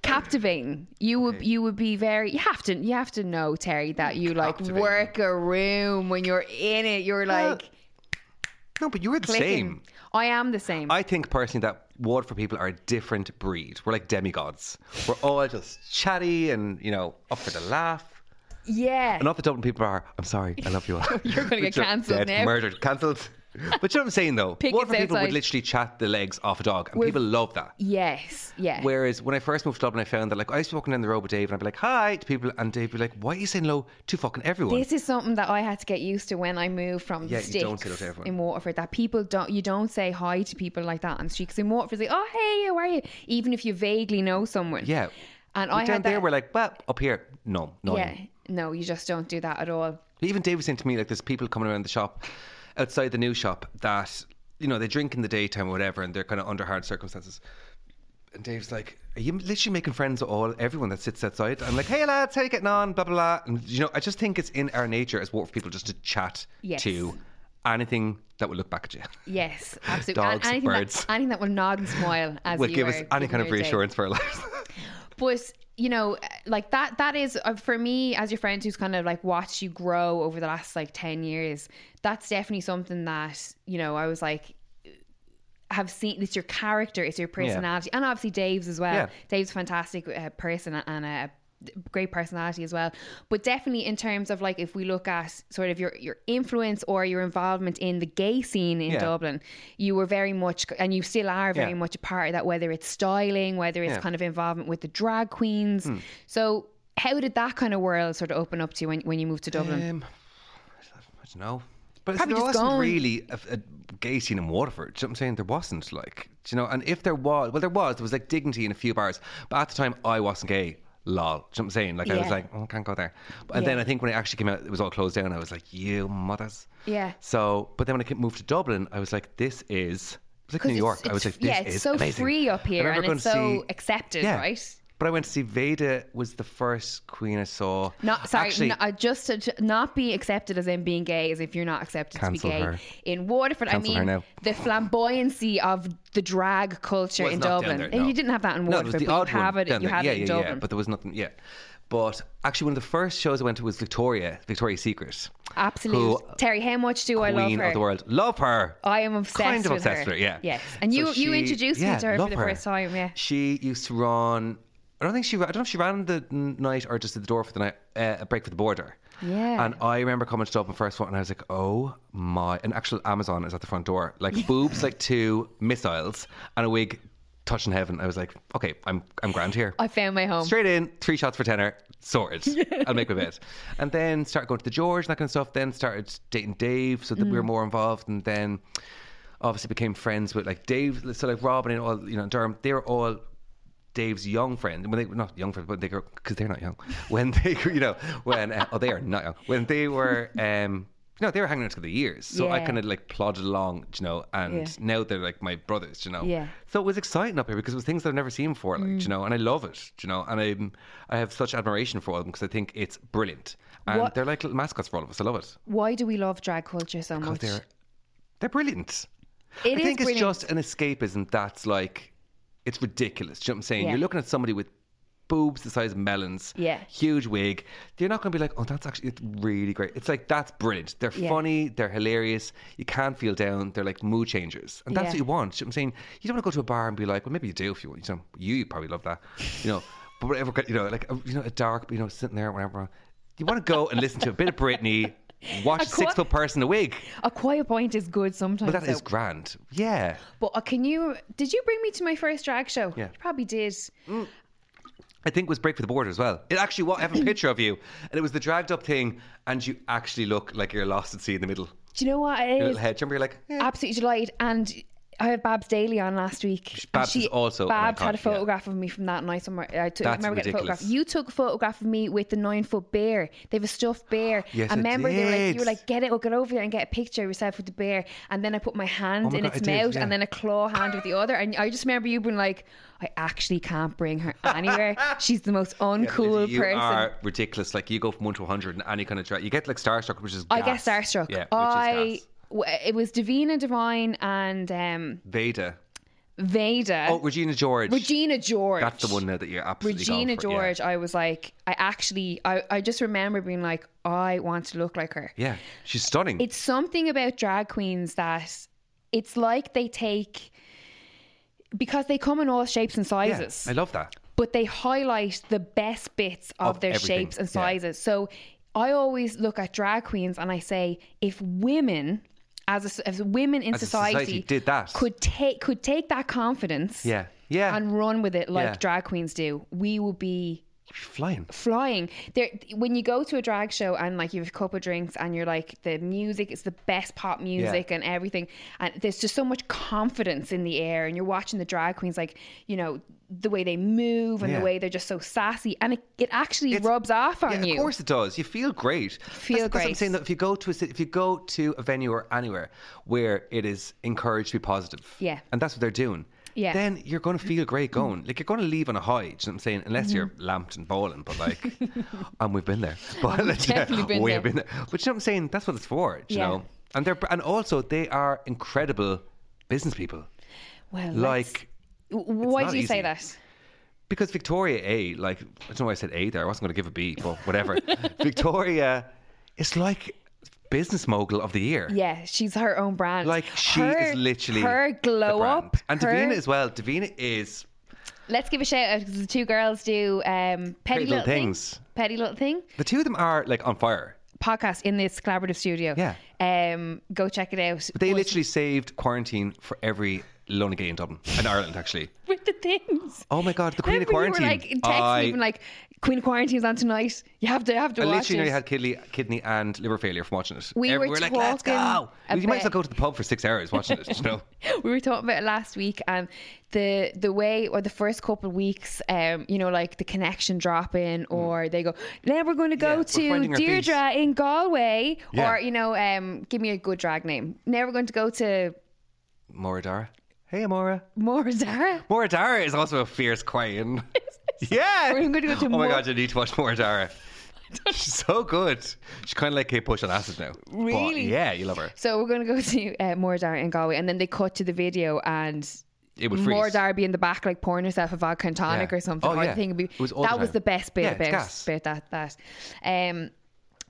Speaker 2: captivating. You would you would be very you have to you have to know Terry that you like
Speaker 3: Captivating.
Speaker 2: work a room when you're in it. You're like
Speaker 3: no, but you're the
Speaker 2: clicking.
Speaker 3: same.
Speaker 2: I am the same.
Speaker 3: I think personally that Waterford people are a different breed. We're like demigods. We're all just chatty and you know up for the laugh.
Speaker 2: yeah.
Speaker 3: And not the Dublin people are. I'm sorry. I love you all.
Speaker 2: You're gonna get
Speaker 3: You're
Speaker 2: cancelled
Speaker 3: dead,
Speaker 2: now.
Speaker 3: Murdered. Cancelled. But you know what I'm saying though.
Speaker 2: Pickets
Speaker 3: Waterford people
Speaker 2: outside.
Speaker 3: would literally chat the legs off a dog, and people love that.
Speaker 2: Yes. Yeah.
Speaker 3: Whereas when I first moved to Dublin, I found that like I used to be walking down the road with Dave, and I'd be like, "Hi" to people, and Dave'd be like, "Why are you saying hello to fucking everyone?"
Speaker 2: this is something that I had to get used to when I moved from
Speaker 3: Yeah,
Speaker 2: the
Speaker 3: you don't say
Speaker 2: sticks
Speaker 3: that to everyone.
Speaker 2: in Waterford. That people don't you don't say hi to people like that on the street because in Waterford, it's like, oh hey, how are you? Even if you vaguely know someone.
Speaker 3: yeah.
Speaker 2: And
Speaker 3: But
Speaker 2: I
Speaker 3: down
Speaker 2: had
Speaker 3: there,
Speaker 2: that.
Speaker 3: we're like, "Well, up here, no, no."
Speaker 2: yeah. No, you just don't do that at all.
Speaker 3: Even Dave was saying to me like, "There's people coming around the shop." outside the new shop that you know they drink in the daytime or whatever, and they're kind of under hard circumstances. And Dave's like, "Are you literally making friends with all everyone that sits outside?" I'm like, "Hey lads, how you getting on?" Blah blah blah. And you know, I just think it's in our nature as Wharf people just to chat
Speaker 2: Yes.
Speaker 3: to anything that would look back at you.
Speaker 2: Yes, absolutely. And
Speaker 3: Dogs,
Speaker 2: anything
Speaker 3: birds.
Speaker 2: That, anything that will nod and smile as
Speaker 3: Would
Speaker 2: you
Speaker 3: give
Speaker 2: are
Speaker 3: us any
Speaker 2: giving
Speaker 3: kind of
Speaker 2: your day.
Speaker 3: reassurance for our lives.
Speaker 2: But you know, like that. That is uh, for me as your friend who's kind of like watched you grow over the last like ten years. That's definitely something that you know. I was like. Have seen it's your character, it's your personality, and obviously Dave's as well.
Speaker 3: Yeah.
Speaker 2: Dave's a fantastic uh, person and a great personality as well. But definitely in terms of like if we look at sort of your your influence or your involvement in the gay scene in
Speaker 3: Yeah.
Speaker 2: Dublin, you were very much and you still are very
Speaker 3: Yeah.
Speaker 2: much a part of that. Whether it's styling, whether it's
Speaker 3: Yeah. Hmm.
Speaker 2: kind of involvement with the drag queens, so. How did that kind of world sort of open up to you when, when you moved to Dublin?
Speaker 3: Um, I don't know. But it's,
Speaker 2: Probably
Speaker 3: there
Speaker 2: just
Speaker 3: wasn't
Speaker 2: going.
Speaker 3: really a, a gay scene in Waterford. Do you know what I'm saying? There wasn't, like, do you know? And if there was, well, there was. There was, like, dignity in a few bars. But at the time, I wasn't gay. Lol. Do you know what I'm saying? Like, I was
Speaker 2: Yeah.
Speaker 3: like, oh, I can't go there. But, and then I think when it actually came out, it was all closed down. I was like, you mothers.
Speaker 2: Yeah.
Speaker 3: So, but then when I came- moved to Dublin, I was like, this is. It was like
Speaker 2: 'Cause
Speaker 3: New
Speaker 2: it's-
Speaker 3: York. I was
Speaker 2: it's-
Speaker 3: like, this
Speaker 2: yeah, it's
Speaker 3: is
Speaker 2: so
Speaker 3: amazing.
Speaker 2: free up
Speaker 3: I
Speaker 2: here
Speaker 3: remember
Speaker 2: and
Speaker 3: going
Speaker 2: it's
Speaker 3: to
Speaker 2: so
Speaker 3: see-
Speaker 2: accepted,
Speaker 3: Yeah.
Speaker 2: right?
Speaker 3: But I went to see Veda was the first queen I saw.
Speaker 2: Not sorry,
Speaker 3: Actually,
Speaker 2: n- uh, just to, to not be accepted as in being gay is if you're not accepted to be
Speaker 3: Cancel
Speaker 2: gay
Speaker 3: her.
Speaker 2: in Waterford.
Speaker 3: Cancel
Speaker 2: I
Speaker 3: her
Speaker 2: mean,
Speaker 3: now.
Speaker 2: the flamboyancy of the drag culture
Speaker 3: Was
Speaker 2: in
Speaker 3: not down
Speaker 2: Dublin.
Speaker 3: there,
Speaker 2: And
Speaker 3: no.
Speaker 2: You didn't have that in
Speaker 3: No,
Speaker 2: Waterford,
Speaker 3: there was the
Speaker 2: but
Speaker 3: odd
Speaker 2: you have
Speaker 3: one
Speaker 2: it.
Speaker 3: down
Speaker 2: You
Speaker 3: there.
Speaker 2: had
Speaker 3: yeah,
Speaker 2: it in
Speaker 3: yeah,
Speaker 2: Dublin.
Speaker 3: yeah, but there was nothing. Yeah, but actually, one of the first shows I went to was Victoria, Victoria's Secret,
Speaker 2: Absolutely,
Speaker 3: who-
Speaker 2: Terry Hemwatch, do Oh, I love
Speaker 3: Queen
Speaker 2: her?
Speaker 3: of the World. Love her.
Speaker 2: I am obsessed
Speaker 3: kind of
Speaker 2: with
Speaker 3: obsessed
Speaker 2: her.
Speaker 3: with her. Yeah.
Speaker 2: Yes. And you- you introduced me to her for
Speaker 3: love
Speaker 2: the first time, yeah.
Speaker 3: She used to run. I don't think she. ra- I don't know if she ran the n- night or just did the door for the night. Uh, a break for the border.
Speaker 2: Yeah.
Speaker 3: And I remember coming to Dublin first one, and I was like, "Oh my!" An actual Amazon is at the front door, like boobs, like two missiles, and a wig touching heaven. I was like, "Okay, I'm I'm grand here."
Speaker 2: I found my home.
Speaker 3: Straight in, three shots for tenner, sorted. I'll make my bed. And then started going to the George and that kind of stuff. Then started dating Dave, so that we were more involved. And then obviously became friends with like Dave, so like Robin and all, you know, Durham, they were all Dave's young friend. When they were not young friends, but they were, because they're not young. When they, you know, when, uh, oh, they are not young. When they were, um, no, they were hanging out together years. So I
Speaker 2: Yeah.
Speaker 3: kind of like plodded along, you know, and now they're like my brothers, you know.
Speaker 2: Yeah. Mm.
Speaker 3: So it was exciting up here because it was things that I've never seen before, like, you know, and I love it, you know, and I'm, I have such admiration for them because I think it's brilliant. And
Speaker 2: What-
Speaker 3: they're like little mascots for all of us. I love it.
Speaker 2: Why do we love drag culture so much?
Speaker 3: They're, they're brilliant.
Speaker 2: It
Speaker 3: I
Speaker 2: is
Speaker 3: think it's
Speaker 2: brilliant.
Speaker 3: just an escapism that's like, it's ridiculous. Do you know what I'm saying?
Speaker 2: Yeah.
Speaker 3: You're looking at somebody with boobs the size of melons,
Speaker 2: Yeah.
Speaker 3: huge wig. You're not going to be like, oh, that's actually it's really great. It's like, that's brilliant. They're
Speaker 2: Yeah.
Speaker 3: funny. They're hilarious. You can't feel down. They're like mood changers. And that's
Speaker 2: Yeah.
Speaker 3: what you want. Do you know what I'm saying? You don't want to go to a bar and be like, well, maybe you do if you want. You, know, you probably love that. You know, but whatever, you know, like, you know, a dark, you know, sitting there, whatever. You want to go and listen to a bit of Britney, watch a
Speaker 2: qua-
Speaker 3: six foot person in a wig.
Speaker 2: a quiet point is good sometimes.
Speaker 3: But that
Speaker 2: though.
Speaker 3: is grand. Yeah.
Speaker 2: But uh, can you? Did you bring me to my first drag show?
Speaker 3: Yeah.
Speaker 2: You probably did.
Speaker 3: I think it was Break for the Border as well. It actually was. I have a picture of you, and it was the dragged up thing, and you actually look like you're lost at sea in the middle.
Speaker 2: Do you know what? It
Speaker 3: Your
Speaker 2: is?
Speaker 3: little head. Do you Remember, you're like, eh.
Speaker 2: absolutely delighted. And I had Babs Daly on last week. and
Speaker 3: Babs is also an
Speaker 2: Babs
Speaker 3: icon,
Speaker 2: had a
Speaker 3: yeah.
Speaker 2: photograph of me from that night somewhere. I, took, I
Speaker 3: That's
Speaker 2: remember getting a photograph.
Speaker 3: ridiculous.
Speaker 2: You took a photograph of me with the nine foot bear. They have a stuffed bear.
Speaker 3: Yes,
Speaker 2: I
Speaker 3: I
Speaker 2: remember they were like,
Speaker 3: did.
Speaker 2: you were like, get it, or get over there and get a picture of yourself with the bear. And then I put my hand
Speaker 3: Oh my
Speaker 2: in
Speaker 3: God,
Speaker 2: its
Speaker 3: I did,
Speaker 2: mouth
Speaker 3: yeah.
Speaker 2: and then a claw hand with the other. And I just remember you being like, I actually can't bring her anywhere. She's the most uncool
Speaker 3: you
Speaker 2: person.
Speaker 3: are ridiculous. Like you go from one to hundred in any kind of drag. You get like starstruck, which is
Speaker 2: I
Speaker 3: gas.
Speaker 2: guess starstruck.
Speaker 3: Yeah, which
Speaker 2: I
Speaker 3: is gas.
Speaker 2: w- it was Davina Divine and um,
Speaker 3: Veda.
Speaker 2: Veda.
Speaker 3: Oh, Regina George.
Speaker 2: Regina George.
Speaker 3: That's the one now that you're absolutely. gone
Speaker 2: Regina
Speaker 3: for, yeah.
Speaker 2: George. I was like, I actually, I, I just remember being like, I want to look like her.
Speaker 3: Yeah, she's stunning.
Speaker 2: It's something about drag queens that it's like they take because they come in all shapes and
Speaker 3: Yeah,
Speaker 2: sizes
Speaker 3: I love that.
Speaker 2: but they highlight the best bits of,
Speaker 3: Of
Speaker 2: their
Speaker 3: everything,
Speaker 2: shapes and
Speaker 3: yeah.
Speaker 2: sizes. So I always look at drag queens and I say, if women, as a, as women in
Speaker 3: As a
Speaker 2: society,
Speaker 3: society did that.
Speaker 2: could take could take that confidence,
Speaker 3: Yeah, yeah.
Speaker 2: and run with it like
Speaker 3: Yeah.
Speaker 2: drag queens do, we will be
Speaker 3: You'd be flying.
Speaker 2: flying there when you go to a drag show and like you have a couple of drinks and you're like the music is the best pop music and everything and there's just so much confidence in the air and you're watching the drag queens like you know the way they move and
Speaker 3: Yeah.
Speaker 2: the way they're just so sassy and it, it actually
Speaker 3: It's-
Speaker 2: rubs off on
Speaker 3: Yeah,
Speaker 2: you
Speaker 3: of course it does. You feel great.
Speaker 2: Feel
Speaker 3: that's, That's what I'm
Speaker 2: great.
Speaker 3: saying. That if you go to a, ci- if you go to a venue or anywhere where it is encouraged to be positive,
Speaker 2: Yeah.
Speaker 3: and that's what they're doing.
Speaker 2: Yeah.
Speaker 3: Then you're going to feel great going. Like you're going to leave on a high. Do you know what I'm saying? Unless you're
Speaker 2: Mm-hmm.
Speaker 3: lamped and bowling, but like, and we've been there. But we've
Speaker 2: definitely been
Speaker 3: we
Speaker 2: there.
Speaker 3: have been there. But you know what I'm saying? That's what it's for. do you
Speaker 2: Yeah.
Speaker 3: know? And they're and also they are incredible business people.
Speaker 2: well let's-
Speaker 3: Like
Speaker 2: why
Speaker 3: not
Speaker 2: do you say
Speaker 3: easy.
Speaker 2: that
Speaker 3: because Victoria A, like I don't know why I said A there. I wasn't going to give a B, but whatever. Victoria is like business mogul of the year.
Speaker 2: yeah she's her own brand
Speaker 3: Like she
Speaker 2: Her-
Speaker 3: is literally
Speaker 2: her
Speaker 3: the
Speaker 2: glow
Speaker 3: brand.
Speaker 2: up
Speaker 3: and
Speaker 2: her-
Speaker 3: Davina as well. Davina is
Speaker 2: let's give a shout out because the two girls do um petty
Speaker 3: Pretty Little
Speaker 2: little things
Speaker 3: Things.
Speaker 2: petty little thing
Speaker 3: the two of them are like on fire.
Speaker 2: podcast in this collaborative studio.
Speaker 3: Yeah.
Speaker 2: Um, go check it out.
Speaker 3: But they literally saved quarantine for every lonely gay in Dublin and Ireland actually.
Speaker 2: with the things.
Speaker 3: Oh my god, the Queen of
Speaker 2: Remember
Speaker 3: Quarantine.
Speaker 2: We were like texting
Speaker 3: I-
Speaker 2: even like Queen of Quarantine's on tonight. You have to have to
Speaker 3: I
Speaker 2: watch
Speaker 3: literally
Speaker 2: it.
Speaker 3: nearly had kidney, kidney and liver failure from watching it.
Speaker 2: We
Speaker 3: Every-
Speaker 2: were
Speaker 3: like, let's
Speaker 2: talking
Speaker 3: go. You might as well
Speaker 2: about-
Speaker 3: go to the pub for six hours watching it. You know,
Speaker 2: we were talking about it last week and the the way or the first couple of weeks um you know like the connection drop in or they go now we're going to
Speaker 3: Mm. Yeah,
Speaker 2: go
Speaker 3: we're
Speaker 2: to
Speaker 3: finding our feet."
Speaker 2: deirdre in galway
Speaker 3: Yeah.
Speaker 2: or you know um give me a good drag name now we're going to go to
Speaker 3: Moradara. Hey, Amora.
Speaker 2: morazara
Speaker 3: Moradara is also a fierce queen. yeah.
Speaker 2: We're going to go to
Speaker 3: oh my
Speaker 2: Mor-
Speaker 3: god, you need to watch Moradara. She's so good. She's kind of like Kate Bush on acid now. But
Speaker 2: Really?
Speaker 3: yeah, you love her.
Speaker 2: so we're going to go to uh, morazara in galway and then they cut to the video and
Speaker 3: It would freeze.
Speaker 2: more Darby in the back, like pouring herself a vodka and tonic
Speaker 3: Yeah.
Speaker 2: or something.
Speaker 3: Oh,
Speaker 2: or
Speaker 3: yeah.
Speaker 2: the thing would be,
Speaker 3: It was all
Speaker 2: that
Speaker 3: the
Speaker 2: was
Speaker 3: time.
Speaker 2: the best bit
Speaker 3: Yeah, it's
Speaker 2: about,
Speaker 3: gas.
Speaker 2: about that. That, um,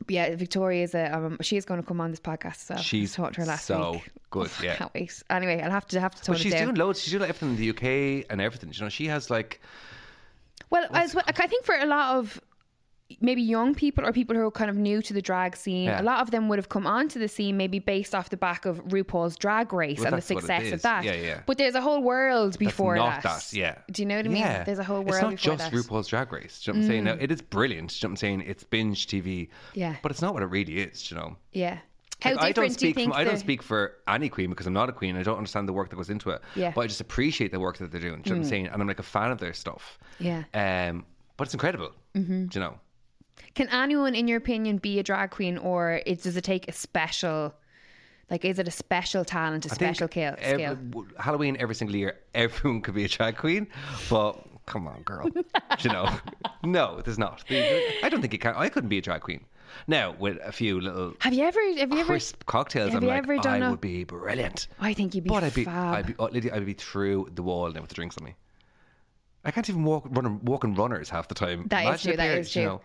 Speaker 2: but yeah, Victoria's a um, she is going to come on this podcast. So I
Speaker 3: She's
Speaker 2: talked to her last
Speaker 3: so
Speaker 2: week.
Speaker 3: good, yeah.
Speaker 2: can't wait. Anyway, I'll have to have to tone
Speaker 3: But
Speaker 2: it
Speaker 3: she's
Speaker 2: down.
Speaker 3: doing loads. She's doing everything in the UK and everything. You know, she has like
Speaker 2: well, as well, I think for a lot of maybe young people or people who are kind of new to the drag scene,
Speaker 3: Yeah.
Speaker 2: a lot of them would have come onto the scene maybe based off the back of RuPaul's Drag Race
Speaker 3: Well,
Speaker 2: and the
Speaker 3: that's what it
Speaker 2: success of
Speaker 3: is.
Speaker 2: that.
Speaker 3: Yeah, yeah.
Speaker 2: But there's a whole world before
Speaker 3: not
Speaker 2: that.
Speaker 3: that, yeah.
Speaker 2: Do you know what I mean?
Speaker 3: Yeah.
Speaker 2: There's a whole world
Speaker 3: It's not
Speaker 2: before
Speaker 3: just
Speaker 2: that. Mm.
Speaker 3: RuPaul's Drag Race. Do you know what I'm saying? Now, it is brilliant. Do you know what I'm saying? It's binge TV.
Speaker 2: Yeah.
Speaker 3: But it's not what it really is, do you know?
Speaker 2: Yeah. How
Speaker 3: Like, I don't
Speaker 2: different do you
Speaker 3: speak
Speaker 2: think?
Speaker 3: from, I
Speaker 2: the-
Speaker 3: don't speak for any queen because I'm not a queen. I don't understand the work that goes into it.
Speaker 2: Yeah. Mm.
Speaker 3: But I just appreciate the work that they're doing. Do you know what I'm saying? And I'm like a fan of their stuff.
Speaker 2: Yeah.
Speaker 3: Um, but it's incredible. Mm-hmm. Do you know?
Speaker 2: Can anyone, in your opinion, be a drag queen, or it, does it take a special? Like, is it a special talent, a
Speaker 3: I think
Speaker 2: special kill,
Speaker 3: ev-
Speaker 2: skill?
Speaker 3: w- Halloween every single year, everyone could be a drag queen. But come on, girl. Do you know? No, there's not. I don't think you can. I couldn't be a drag queen. Now with a few little
Speaker 2: Have you ever? Have you ever?
Speaker 3: crisp cocktails,
Speaker 2: have
Speaker 3: I'm
Speaker 2: you
Speaker 3: like,
Speaker 2: ever done
Speaker 3: I
Speaker 2: a-
Speaker 3: would be brilliant.
Speaker 2: I think you'd be
Speaker 3: But I'd be,
Speaker 2: fab.
Speaker 3: I'd be, oh, Lydia, I'd be through the wall now with the drinks on me. I can't even walk, run, walking runners half the time.
Speaker 2: That is
Speaker 3: Imagine
Speaker 2: true.
Speaker 3: if
Speaker 2: That
Speaker 3: you're,
Speaker 2: is
Speaker 3: you
Speaker 2: true.
Speaker 3: know,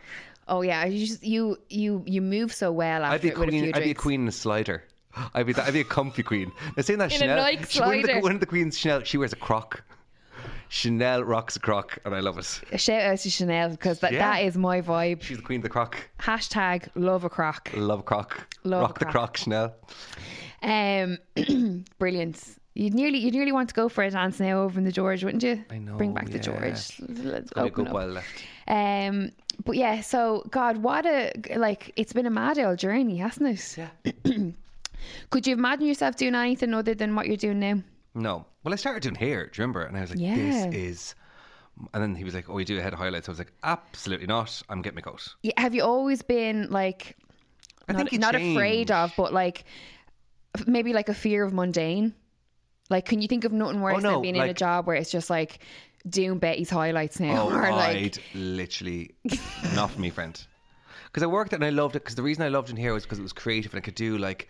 Speaker 2: Oh yeah, you just you you you move so well after
Speaker 3: I'd be a
Speaker 2: with a few
Speaker 3: queen. I'd be a
Speaker 2: drinks.
Speaker 3: queen in a slider. I'd be that, I'd be a comfy queen. Now saying that
Speaker 2: In a
Speaker 3: Chanel,
Speaker 2: Nike
Speaker 3: she- one, of the,
Speaker 2: slider.
Speaker 3: one of the queens, Chanel, she wears a croc. Chanel rocks a croc, and I love it.
Speaker 2: A Shout out to Chanel because that,
Speaker 3: Yeah.
Speaker 2: that is my vibe.
Speaker 3: She's the queen of the croc.
Speaker 2: Hashtag love a crock.
Speaker 3: Love croc.
Speaker 2: Love
Speaker 3: Rock
Speaker 2: croc.
Speaker 3: the croc, Chanel.
Speaker 2: Um, brilliant. You'd nearly you'd nearly want to go for a dance now over in the George, wouldn't you? I
Speaker 3: know,
Speaker 2: Bring back the
Speaker 3: yeah.
Speaker 2: George. Let's
Speaker 3: Got a
Speaker 2: open
Speaker 3: good
Speaker 2: up.
Speaker 3: while left.
Speaker 2: Um, but yeah, so God, what a like it's been a mad old journey, hasn't it?
Speaker 3: Yeah.
Speaker 2: Could you imagine yourself doing anything other than what you're doing now?
Speaker 3: No. Well, I started doing hair, do you remember? And I was like,
Speaker 2: Yeah.
Speaker 3: this is. And then he was like, oh, we do a head of highlights. I was like, absolutely not. I'm getting my coat.
Speaker 2: Yeah, Have you always been like
Speaker 3: I
Speaker 2: not,
Speaker 3: think you
Speaker 2: not
Speaker 3: change.
Speaker 2: afraid of, but like f- maybe like a fear of mundane? Like, can you think of nothing worse
Speaker 3: Oh, no,
Speaker 2: than being in a
Speaker 3: like-
Speaker 2: job where it's just like doing Betty's highlights now,
Speaker 3: Oh,
Speaker 2: or like
Speaker 3: I'd literally not for me, friend. Because I worked it and I loved it. Because the reason I loved in here was because it was creative and I could do like,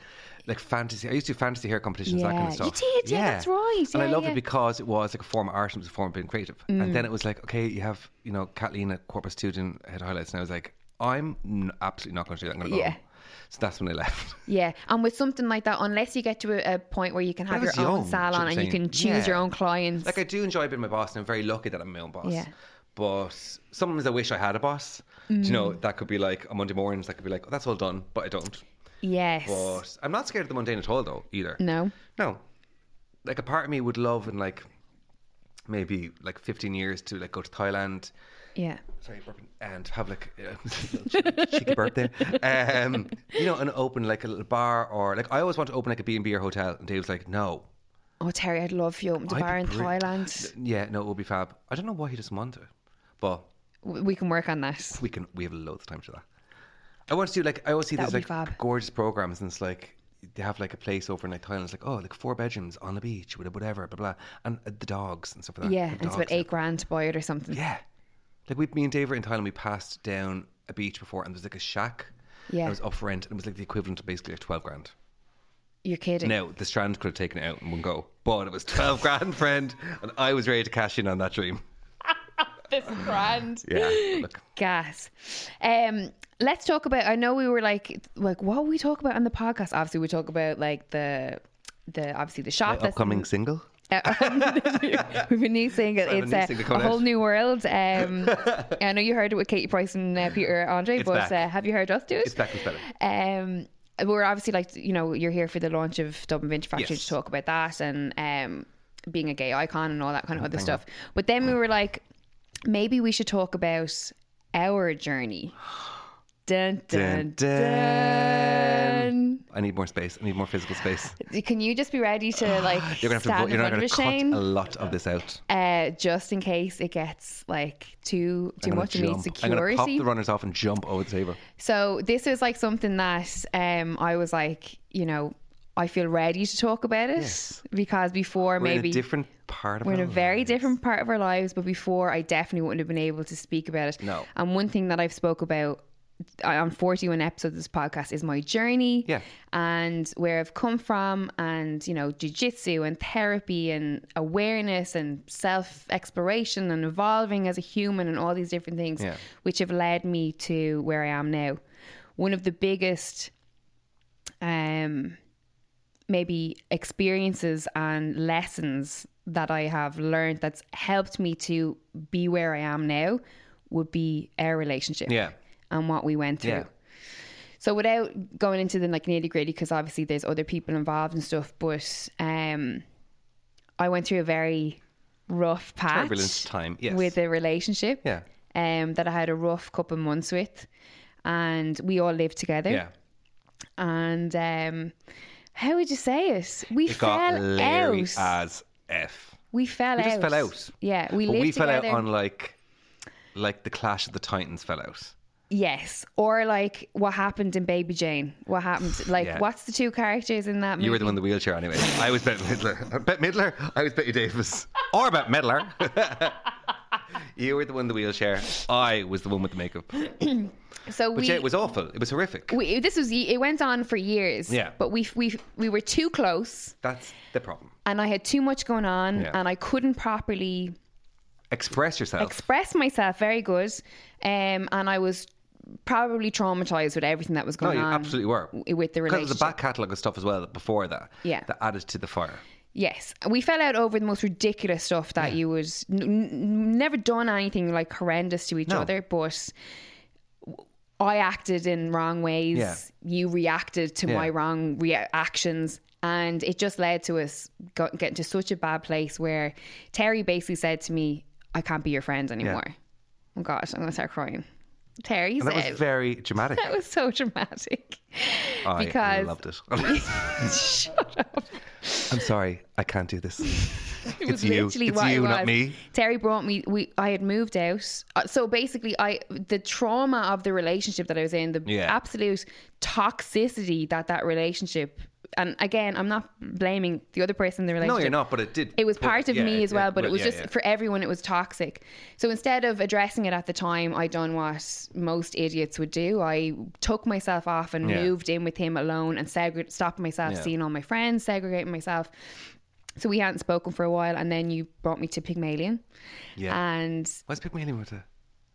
Speaker 3: like fantasy. I used to do fantasy hair competitions, that kind of
Speaker 2: Yeah. You
Speaker 3: stuff.
Speaker 2: did, yeah, that's right,
Speaker 3: And I
Speaker 2: yeah,
Speaker 3: loved
Speaker 2: yeah. Mm.
Speaker 3: it because it was like a form of art and it was a form of being creative. And then it was like, okay, you have you know Kathleen at Corpus Student head highlights, and I was like, I'm n- absolutely not going to do that. I'm going to go.
Speaker 2: Yeah.
Speaker 3: home. So that's when I left.
Speaker 2: Yeah, and with something like that, unless you get to a, a point where you can have
Speaker 3: I
Speaker 2: your
Speaker 3: was
Speaker 2: own
Speaker 3: young, do you know
Speaker 2: salon
Speaker 3: what
Speaker 2: and
Speaker 3: I'm
Speaker 2: you can
Speaker 3: saying?
Speaker 2: choose your
Speaker 3: Yeah.
Speaker 2: own clients,
Speaker 3: Like I do enjoy being my boss, and I'm very lucky that I'm my own boss.
Speaker 2: Yeah.
Speaker 3: But sometimes I wish I had a boss. Do you know that could be like on Monday mornings? That could be like, oh, that's all done, but I don't.
Speaker 2: yes,
Speaker 3: But I'm not scared
Speaker 2: Mm.
Speaker 3: of the mundane at all, though either.
Speaker 2: no,
Speaker 3: No. Like a part of me would love and like maybe like 15 years to like go to Thailand
Speaker 2: Yeah.
Speaker 3: sorry, burping, and have like a cheeky birthday. Um, you know, and open like a little bar or like I always want to open like a B and B or hotel. And Dave's like, no,
Speaker 2: Oh, Terry, I'd love if you opened a
Speaker 3: I'd be
Speaker 2: bar in
Speaker 3: bri-
Speaker 2: Thailand.
Speaker 3: yeah, no, it would be fab. I don't know why he doesn't want it, but
Speaker 2: W- We can work on that.
Speaker 3: we can. We have loads of time to that. I want to do like I always see
Speaker 2: That
Speaker 3: these
Speaker 2: would
Speaker 3: like
Speaker 2: be fab.
Speaker 3: gorgeous programs, and it's like they have like a place over in like Thailand. It's like oh, like four bedrooms on the beach with a whatever, blah blah, and uh, the dogs and stuff like that.
Speaker 2: Yeah,
Speaker 3: The
Speaker 2: and it's
Speaker 3: dogs
Speaker 2: about eight grand to buy it or something.
Speaker 3: Yeah. Like we, me and Dave were in Thailand. We passed down a beach before, and there's like a shack. and
Speaker 2: Yeah.
Speaker 3: It was off rent, and it was like the equivalent of basically like twelve grand.
Speaker 2: You're kidding.
Speaker 3: Now the Strand could have taken it out in one go, but it was twelve grand, friend, and I was ready to cash in on that dream.
Speaker 2: This grand.
Speaker 3: Yeah. Look,
Speaker 2: Gas. Um, let's talk about. I know we were like, like, what we talk about on the podcast? Obviously, we talk about like the, the obviously the shop. that's-
Speaker 3: upcoming single.
Speaker 2: We've been new single.
Speaker 3: Sorry, I
Speaker 2: It's
Speaker 3: have a new
Speaker 2: a,
Speaker 3: single
Speaker 2: a
Speaker 3: coming
Speaker 2: whole
Speaker 3: out.
Speaker 2: new world. Um, I know you heard it with Katie Price and uh, Peter Andre,
Speaker 3: It's
Speaker 2: but
Speaker 3: back.
Speaker 2: uh, have you heard us do it?
Speaker 3: It's back with better.
Speaker 2: Um, we're obviously like you know you're here for the launch of Dublin Vintage Factory
Speaker 3: Yes.
Speaker 2: to talk about that and um, being a gay icon and all that
Speaker 3: Oh,
Speaker 2: kind of other stuff. But then we were like, maybe we should talk about our journey. Dun, dun,
Speaker 3: Dun,
Speaker 2: dun.
Speaker 3: dun. I need more space. I need more physical space.
Speaker 2: Can you just be ready to like
Speaker 3: You're gonna have to.
Speaker 2: stand
Speaker 3: Vo-
Speaker 2: in
Speaker 3: you're not
Speaker 2: front of
Speaker 3: gonna
Speaker 2: a
Speaker 3: cut
Speaker 2: Shane?
Speaker 3: a lot of this out.
Speaker 2: uh, just in case it gets like too too
Speaker 3: I'm gonna
Speaker 2: much and needs
Speaker 3: jump. I'm gonna pop
Speaker 2: security.
Speaker 3: the runners off and jump over the table.
Speaker 2: So this is like something that um, I was like, you know, I feel ready to talk about it
Speaker 3: Yes.
Speaker 2: because before
Speaker 3: We're
Speaker 2: maybe
Speaker 3: in a different part of
Speaker 2: we're in
Speaker 3: our
Speaker 2: a very
Speaker 3: lives.
Speaker 2: different part of our lives, but before I definitely wouldn't have been able to speak about it.
Speaker 3: No.
Speaker 2: And one thing that I've spoke about I- on 41 episodes of this podcast is my journey
Speaker 3: Yeah.
Speaker 2: and where I've come from and, you know, jujitsu and therapy and awareness and self exploration and evolving as a human and all these different things,
Speaker 3: Yeah.
Speaker 2: which have led me to where I am now. One of the biggest, um, maybe experiences and lessons that I have learned that's helped me to be where I am now would be our relationship
Speaker 3: Yeah.
Speaker 2: and what we went through.
Speaker 3: Yeah.
Speaker 2: So without going into the like nitty gritty, because obviously there's other people involved and stuff, but um, I went through a very rough patch
Speaker 3: Turbulent time. Yes.
Speaker 2: with a relationship
Speaker 3: yeah.
Speaker 2: um, that I had a rough couple months with, and we all lived together
Speaker 3: Yeah.
Speaker 2: and um how would you say it? We
Speaker 3: It got
Speaker 2: fell
Speaker 3: Larry
Speaker 2: out.
Speaker 3: as F.
Speaker 2: we fell
Speaker 3: We
Speaker 2: out.
Speaker 3: just fell out.
Speaker 2: Yeah, we
Speaker 3: But
Speaker 2: lived
Speaker 3: we fell
Speaker 2: together.
Speaker 3: out on like, like the Clash of the Titans fell out.
Speaker 2: yes, or like what happened in Baby Jane. What happened? Like,
Speaker 3: Yeah.
Speaker 2: what's the two characters in that movie?
Speaker 3: You were the one in the wheelchair, anyway. I was Bet Midler. Bet Midler. I was Betty Davis, or Bet Midler. you were the one in the wheelchair. I was the one with the makeup. But
Speaker 2: so we,
Speaker 3: yeah, it was awful. It was horrific.
Speaker 2: we. This was. It went on for years.
Speaker 3: Yeah.
Speaker 2: but we we we were too close,
Speaker 3: That's the problem.
Speaker 2: and I had too much going on,
Speaker 3: Yeah.
Speaker 2: and I couldn't properly
Speaker 3: Express yourself.
Speaker 2: express myself. Very good, um, and I was probably traumatized with everything that was
Speaker 3: no,
Speaker 2: going
Speaker 3: you
Speaker 2: on.
Speaker 3: absolutely were.
Speaker 2: w- with the um,
Speaker 3: Because there's
Speaker 2: relationship.
Speaker 3: a back catalogue of stuff as well before that.
Speaker 2: Yeah.
Speaker 3: That added to the fire.
Speaker 2: Yes, we fell out over the most ridiculous stuff that you was n- n- never done anything like horrendous to each
Speaker 3: No.
Speaker 2: other, but I acted in wrong ways.
Speaker 3: Yeah.
Speaker 2: You reacted to my
Speaker 3: Yeah.
Speaker 2: wrong reactions, and it just led to us go- getting to such a bad place where Terry basically said to me, "I can't be your friend anymore." Oh gosh, I'm gonna start crying. Terry
Speaker 3: And that
Speaker 2: said,
Speaker 3: was very dramatic.
Speaker 2: "That was so dramatic."
Speaker 3: I
Speaker 2: because-
Speaker 3: loved it. I'm sorry, I can't do this.
Speaker 2: It was
Speaker 3: It's you.
Speaker 2: literally
Speaker 3: It's
Speaker 2: what
Speaker 3: you,
Speaker 2: it was.
Speaker 3: not me.
Speaker 2: Terry brought me. We I had moved out, Uh, so basically, I the trauma of the relationship that I was in, the
Speaker 3: Yeah.
Speaker 2: absolute toxicity that that relationship. And again, I'm not blaming the other person in the relationship.
Speaker 3: No, you're not. But it did.
Speaker 2: It was
Speaker 3: put-
Speaker 2: part of
Speaker 3: yeah,
Speaker 2: me
Speaker 3: it-
Speaker 2: as well, but it was
Speaker 3: yeah,
Speaker 2: just
Speaker 3: yeah.
Speaker 2: for everyone. It was toxic. So instead of addressing it at the time, I done what most idiots would do. I took myself off and
Speaker 3: Yeah.
Speaker 2: moved in with him alone and segre- stopped myself
Speaker 3: Yeah.
Speaker 2: seeing all my friends, segregating myself. So we hadn't spoken for a while, and then you brought me to Pygmalion,
Speaker 3: Yeah.
Speaker 2: and
Speaker 3: Why's Pygmalion with it?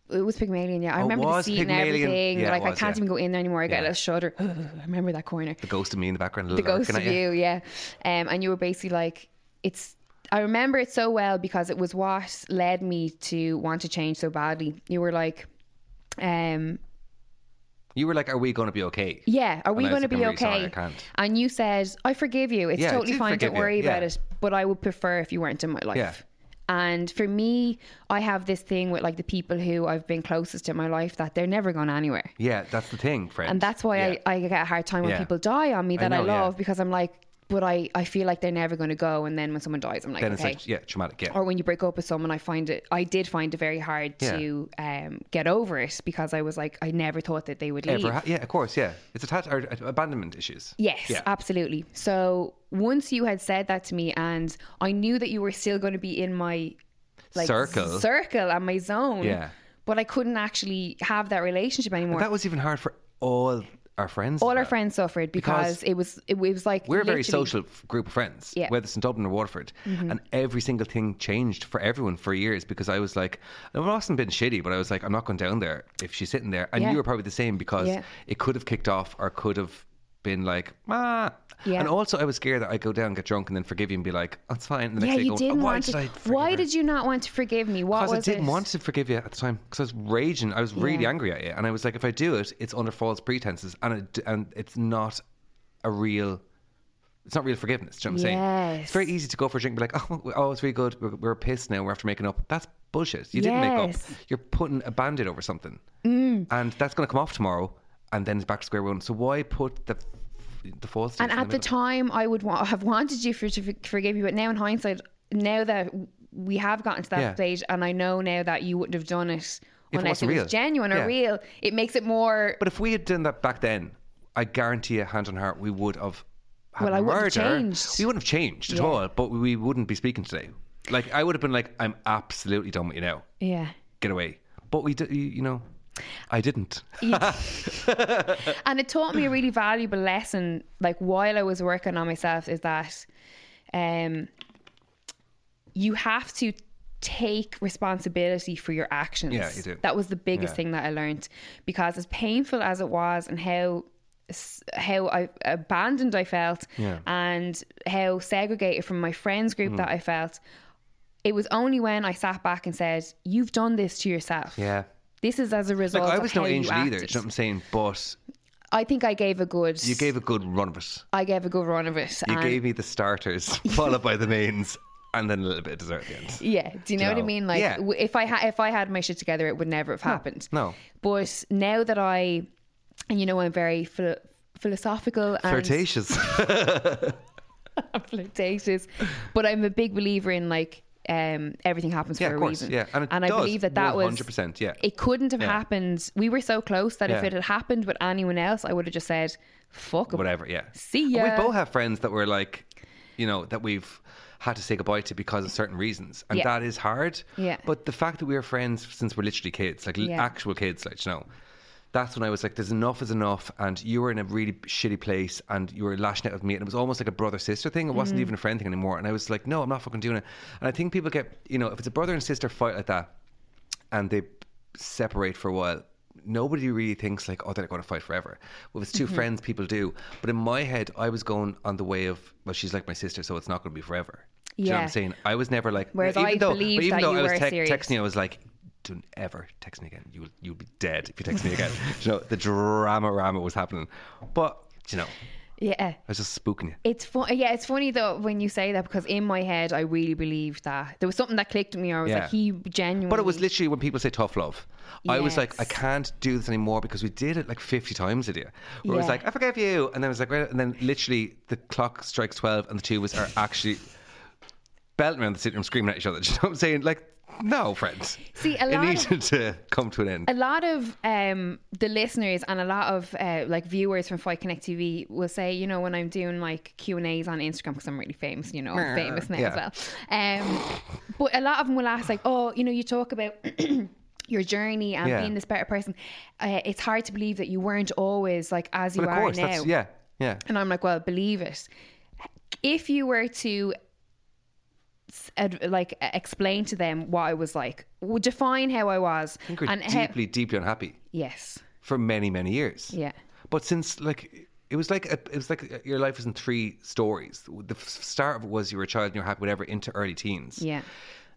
Speaker 2: it was Pygmalion. Yeah, I
Speaker 3: Oh, it
Speaker 2: remember the
Speaker 3: was
Speaker 2: scene and
Speaker 3: Pygmalion.
Speaker 2: everything.
Speaker 3: Yeah, it
Speaker 2: like I
Speaker 3: was,
Speaker 2: can't
Speaker 3: yeah.
Speaker 2: even go in there anymore. I got a little shudder. I remember that corner.
Speaker 3: The ghost of me in the background.
Speaker 2: the ghost of you, yeah. Um, and you were basically like, it's. I remember it so well because it was what led me to want to change so badly. You were like, um,
Speaker 3: You were like, "Are we going to be okay?"
Speaker 2: yeah, are we
Speaker 3: And I was
Speaker 2: going to
Speaker 3: like,
Speaker 2: be
Speaker 3: "I'm really sorry,
Speaker 2: okay?
Speaker 3: I can't.
Speaker 2: And you said, I forgive you. It's
Speaker 3: Yeah, I
Speaker 2: totally
Speaker 3: did
Speaker 2: fine. Don't
Speaker 3: forgive you,
Speaker 2: worry about
Speaker 3: yeah.
Speaker 2: it. But I would prefer if you weren't in my life.
Speaker 3: Yeah.
Speaker 2: And for me, I have this thing with like the people who I've been closest to in my life that they're never gone anywhere.
Speaker 3: Yeah, that's the thing, friend.
Speaker 2: And that's why
Speaker 3: Yeah.
Speaker 2: I, I get a hard time when
Speaker 3: Yeah.
Speaker 2: people die on me that I,
Speaker 3: know, yeah.
Speaker 2: love because I'm like, but I, I feel like they're never going to go. And then when someone dies, I'm like,
Speaker 3: Then it's
Speaker 2: okay.
Speaker 3: like, yeah, traumatic. Yeah.
Speaker 2: or when you break up with someone, I find it, I did find it very hard
Speaker 3: Yeah.
Speaker 2: to um, get over it because I was like, I never thought that they would leave.
Speaker 3: Ever ha- yeah, of course. Yeah. It's attached or uh, abandonment issues.
Speaker 2: Yes,
Speaker 3: Yeah.
Speaker 2: absolutely. So once you had said that to me, and I knew that you were still going to be in my like
Speaker 3: Circle.
Speaker 2: circle and my zone.
Speaker 3: Yeah.
Speaker 2: But I couldn't actually have that relationship anymore.
Speaker 3: That was even hard for all our friends. as
Speaker 2: All our
Speaker 3: well.
Speaker 2: friends suffered because,
Speaker 3: Because
Speaker 2: it was it, was like
Speaker 3: We're a very
Speaker 2: literally-
Speaker 3: social f- group of friends,
Speaker 2: Yeah. Mm-hmm.
Speaker 3: whether it's in Dublin or Waterford. And every single thing changed for everyone for years because I was like, I mustn't have been shitty, but I was like, I'm not going down there if she's sitting there. And
Speaker 2: Yeah.
Speaker 3: you were probably the same because
Speaker 2: Yeah.
Speaker 3: it could have kicked off or could have been like, ah.
Speaker 2: Yeah.
Speaker 3: And also, I was scared that I'd go down, get drunk, and then forgive you and be like, that's fine. And the
Speaker 2: Yeah,
Speaker 3: next day,
Speaker 2: you
Speaker 3: go,
Speaker 2: didn't
Speaker 3: why
Speaker 2: want
Speaker 3: did
Speaker 2: to.
Speaker 3: I forgive
Speaker 2: why
Speaker 3: her?"
Speaker 2: did you not want to forgive me? What
Speaker 3: Because
Speaker 2: was
Speaker 3: I didn't
Speaker 2: it?
Speaker 3: want to forgive you at the time because I was raging. I was really
Speaker 2: Yeah.
Speaker 3: angry at you, and I was like, if I do it, it's under false pretenses, and it, and it's not a real. It's not real forgiveness. Do you know what I'm saying? It's very
Speaker 2: Yes.
Speaker 3: easy to go for a drink and be like, oh, we- oh it's really good. We're, we're pissed now. We're after making up. That's bullshit. You didn't make up.
Speaker 2: Yes. Mm.
Speaker 3: You're putting a band aid over something. And that's going to come off tomorrow, and then it's back to square one. So why put the the false
Speaker 2: And at the time, I would wa- have wanted you for to f- forgive you, but now in hindsight, now that w- we have gotten to that
Speaker 3: Yeah.
Speaker 2: stage, and I know now that you wouldn't have done it
Speaker 3: it
Speaker 2: unless it,
Speaker 3: wasn't
Speaker 2: was
Speaker 3: real.
Speaker 2: genuine
Speaker 3: Yeah.
Speaker 2: or real, it makes it more.
Speaker 3: But if we had done that back then, I guarantee you, hand on heart, we would have. Had
Speaker 2: Well, I
Speaker 3: murder.
Speaker 2: wouldn't have changed.
Speaker 3: We wouldn't have changed at
Speaker 2: Yeah.
Speaker 3: all, but we wouldn't be speaking today. Like I would have been like, I'm absolutely done with you now.
Speaker 2: yeah.
Speaker 3: Get away. But we, d- you, you know, I didn't.
Speaker 2: and it taught me a really valuable lesson like while i was working on myself is that um you have to take responsibility for your actions
Speaker 3: Yeah, you do.
Speaker 2: that was the biggest
Speaker 3: Yeah.
Speaker 2: thing that i learned because as painful as it was and how s- how I abandoned I felt
Speaker 3: Yeah. Mm-hmm.
Speaker 2: and how segregated from my friends group that I felt it was only when I sat back and said you've done this to yourself
Speaker 3: Yeah.
Speaker 2: this is as a result
Speaker 3: Like I
Speaker 2: of
Speaker 3: was
Speaker 2: how
Speaker 3: no
Speaker 2: you
Speaker 3: angel either. Do you
Speaker 2: acted."
Speaker 3: know what I'm saying? But
Speaker 2: I think I gave a good
Speaker 3: you gave a good run of it.
Speaker 2: I gave a good run of it.
Speaker 3: You
Speaker 2: and
Speaker 3: gave me the starters, followed by the mains, and then a little bit of dessert at the end.
Speaker 2: yeah, do you know what I
Speaker 3: No.
Speaker 2: mean? Like,
Speaker 3: Yeah.
Speaker 2: w- if I had if I had my shit together, it would never have happened.
Speaker 3: no.
Speaker 2: But now that I, and you know, I'm very philo- philosophical and
Speaker 3: Flirtatious.
Speaker 2: flirtatious, but I'm a big believer in like um, everything happens
Speaker 3: yeah,
Speaker 2: for a
Speaker 3: of course.
Speaker 2: reason.
Speaker 3: Yeah, and, it
Speaker 2: I believe that that was
Speaker 3: hundred percent. Yeah,
Speaker 2: it couldn't have
Speaker 3: Yeah.
Speaker 2: happened. We were so close that if
Speaker 3: Yeah.
Speaker 2: it had happened with anyone else, I would have just said, "Fuck 'em."
Speaker 3: whatever. Yeah.
Speaker 2: See
Speaker 3: And
Speaker 2: ya.
Speaker 3: We both have friends that were like, you know, that we've had to say goodbye to because of certain reasons, and
Speaker 2: Yeah.
Speaker 3: that is hard.
Speaker 2: Yeah.
Speaker 3: But the fact that we were friends since we're literally kids, like l
Speaker 2: Yeah.
Speaker 3: actual kids, like you know. That's when I was like, "There's enough is enough," and you were in a really shitty place, and you were lashing out at me, and it was almost like a brother sister thing. It
Speaker 2: Mm-hmm.
Speaker 3: wasn't even a friend thing anymore, and I was like, "No, I'm not fucking doing it." And I think people get, you know, if it's a brother and sister fight like that, and they separate for a while, nobody really thinks like, oh, they're going to fight forever. Well, if it's 2
Speaker 2: Mm-hmm.
Speaker 3: friends, people do. But in my head, I was going on the way of, well, she's like my sister, so it's not going to be forever. Do you know what
Speaker 2: Yeah.
Speaker 3: I'm saying? I was never like,
Speaker 2: Whereas
Speaker 3: even
Speaker 2: I
Speaker 3: though,
Speaker 2: believed
Speaker 3: but even
Speaker 2: that
Speaker 3: though
Speaker 2: you
Speaker 3: I was
Speaker 2: were serious.
Speaker 3: texting you, I was like, don't ever text me again. You'll you'll be dead if you text me again. Do you know, the drama rama was happening. But do you know, I
Speaker 2: yeah.
Speaker 3: was just spooking you.
Speaker 2: It's fun. Yeah, it's funny though when you say that because in my head I really believed that there was something that clicked with me. Or I was
Speaker 3: Yeah.
Speaker 2: like, he genuinely.
Speaker 3: But it was literally when people say tough love. I was like, I
Speaker 2: Mm-hmm. Yes.
Speaker 3: can't do this anymore because we did it like 50 times a year. Where it was
Speaker 2: Yeah.
Speaker 3: like, I forgive you. And then it was like, right. And then literally the clock strikes 12 and the two of us are actually belting around the sitting room screaming at each other. Do you know what I'm saying? Like, no, friends.
Speaker 2: See, a
Speaker 3: it
Speaker 2: lot of-
Speaker 3: needed to come to an end.
Speaker 2: a lot of um, the listeners and a lot of uh, like viewers from Fight Connect TV will say, you know, when I'm doing like Q and A's on Instagram because I'm really famous, you know, I'm famous now
Speaker 3: Yeah.
Speaker 2: as well. Um, but a lot of them will ask like, oh, you know, you talk about. Your journey and
Speaker 3: Yeah.
Speaker 2: being this better person, uh, it's hard to believe that you weren't always like as you
Speaker 3: but of
Speaker 2: are
Speaker 3: course,
Speaker 2: now.
Speaker 3: that's, yeah, yeah.
Speaker 2: And I'm like, well, believe it. If you were to s- ad- like e- explain to them what I was like, w- define how I was,
Speaker 3: I think we're
Speaker 2: and uh, how,
Speaker 3: deeply, deeply unhappy
Speaker 2: yes,
Speaker 3: for many, many years.
Speaker 2: yeah,
Speaker 3: But since like it was like a, it was like uh, your life was in three stories. The f- start of it was you were a child and you were happy, whatever, into early teens.
Speaker 2: yeah.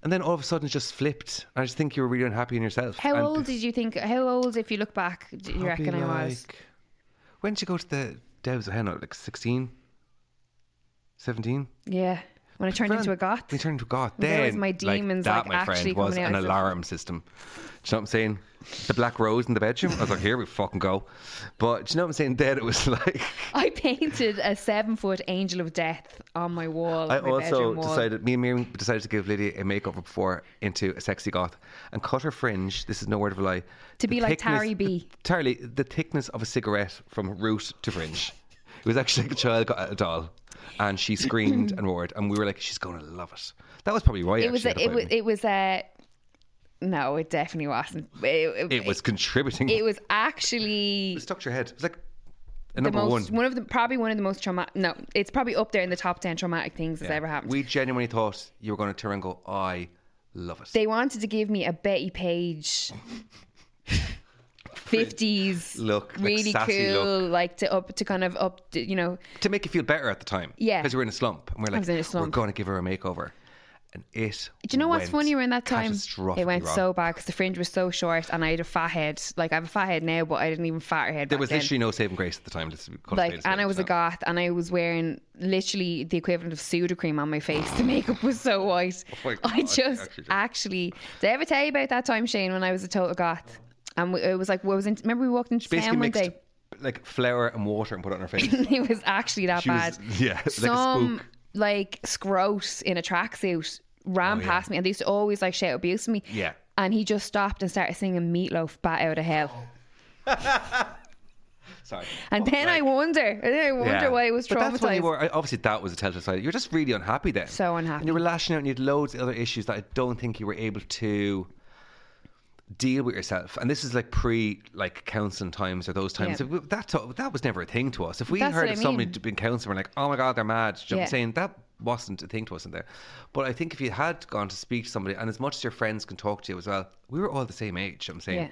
Speaker 3: And then all of a sudden, it just flipped. I just think you were really unhappy in yourself.
Speaker 2: How
Speaker 3: And
Speaker 2: old did you think? How old, if you look back, do you
Speaker 3: probably
Speaker 2: reckon I was?
Speaker 3: like- When did you go to the Devs of Henna? Like 16? 17?
Speaker 2: Yeah, When I turned into a goth.
Speaker 3: They turned into a goth.
Speaker 2: There
Speaker 3: Then
Speaker 2: was my demons,
Speaker 3: like, that,
Speaker 2: like,
Speaker 3: my
Speaker 2: actually
Speaker 3: friend, was
Speaker 2: coming out
Speaker 3: an
Speaker 2: as if-
Speaker 3: alarm system. Do you know what I'm saying? The black rose in the bedroom. I was like, here we fucking go. But do you know what I'm saying? Then it was like
Speaker 2: I painted a seven foot angel of death on my wall.
Speaker 3: I
Speaker 2: my
Speaker 3: also
Speaker 2: bedroom wall.
Speaker 3: decided. Me and Miriam decided to give Lydia a makeover before into a sexy goth and cut her fringe. This is no word of a lie.
Speaker 2: To be
Speaker 3: the
Speaker 2: like
Speaker 3: thickness-
Speaker 2: Tari B.
Speaker 3: the- Tari, the thickness of a cigarette from root to fringe. It was actually like a child got a doll, and she screamed and roared, and we were like, "She's going to love it." That was probably why
Speaker 2: it was.
Speaker 3: actually had
Speaker 2: A, it
Speaker 3: a
Speaker 2: was.
Speaker 3: fight.
Speaker 2: It was a. No, it definitely wasn't. It, it-
Speaker 3: It was contributing.
Speaker 2: It was actually
Speaker 3: It stuck to your head. It was like a
Speaker 2: the
Speaker 3: number
Speaker 2: most
Speaker 3: one.
Speaker 2: one of the probably one of the most traumatic. No, it's probably up there in the top ten traumatic things that's ever happened.
Speaker 3: We genuinely thought you were going to turn and go, "I love it."
Speaker 2: they wanted to give me a Betty Page. 50s
Speaker 3: Look, like
Speaker 2: really
Speaker 3: sassy
Speaker 2: cool,
Speaker 3: look.
Speaker 2: like to up to kind of up, to, you know,
Speaker 3: to make you feel better at the time.
Speaker 2: Yeah.
Speaker 3: Because we were in a slump. And we are
Speaker 2: was in a
Speaker 3: like, we're
Speaker 2: slump.
Speaker 3: going to give her a makeover. And it.
Speaker 2: Do you know what's
Speaker 3: went
Speaker 2: funny? Around that time,
Speaker 3: catastrophically
Speaker 2: it went
Speaker 3: wrong.
Speaker 2: so bad because the fringe was so short, and I had a fat head. Like I have a fat head now, but I didn't even fatter head.
Speaker 3: There
Speaker 2: back
Speaker 3: was
Speaker 2: then.
Speaker 3: literally no saving grace at the time. Let's call a spade
Speaker 2: like, and
Speaker 3: spade,
Speaker 2: I was a
Speaker 3: so.
Speaker 2: goth, and I was wearing literally the equivalent of pseudo cream on my face. The makeup was so white.
Speaker 3: Oh my
Speaker 2: I
Speaker 3: God,
Speaker 2: just
Speaker 3: actually
Speaker 2: actually,
Speaker 3: did.
Speaker 2: did I ever tell you about that time, Shane, when I was a total goth? And we, it was like, we was in, remember we walked into
Speaker 3: Basically
Speaker 2: town one
Speaker 3: mixed
Speaker 2: day.
Speaker 3: like flour and water and put it on her face.
Speaker 2: it was actually that
Speaker 3: She
Speaker 2: bad.
Speaker 3: was, yeah, like a
Speaker 2: Some
Speaker 3: spook.
Speaker 2: like scroat in a tracksuit ran past me, and they used to always like shout abuse at me.
Speaker 3: Oh, Yeah.
Speaker 2: And he just stopped and started singing Meatloaf Bat Out of Hell.
Speaker 3: Sorry.
Speaker 2: And then I wonder, then I wonder
Speaker 3: Oh, Yeah.
Speaker 2: why it was
Speaker 3: But that's when you
Speaker 2: traumatized.
Speaker 3: were, I- obviously, that was a telltale sign. You were just really unhappy then.
Speaker 2: So unhappy.
Speaker 3: And you were lashing out and you had loads of other issues that I don't think you were able to deal with yourself. And this is like pre like counseling times or those times.
Speaker 2: Yeah.
Speaker 3: That, to- that was never a thing to us. If we
Speaker 2: That's
Speaker 3: heard
Speaker 2: what
Speaker 3: of
Speaker 2: I
Speaker 3: somebody
Speaker 2: mean.
Speaker 3: being counseling, we're like, oh my God, they're mad. Do you know what
Speaker 2: Yeah.
Speaker 3: I'm saying? That wasn't a thing to us in there. But I think if you had gone to speak to somebody, and as much as your friends can talk to you as well, we were all the same age. You know what I'm saying
Speaker 2: Yeah.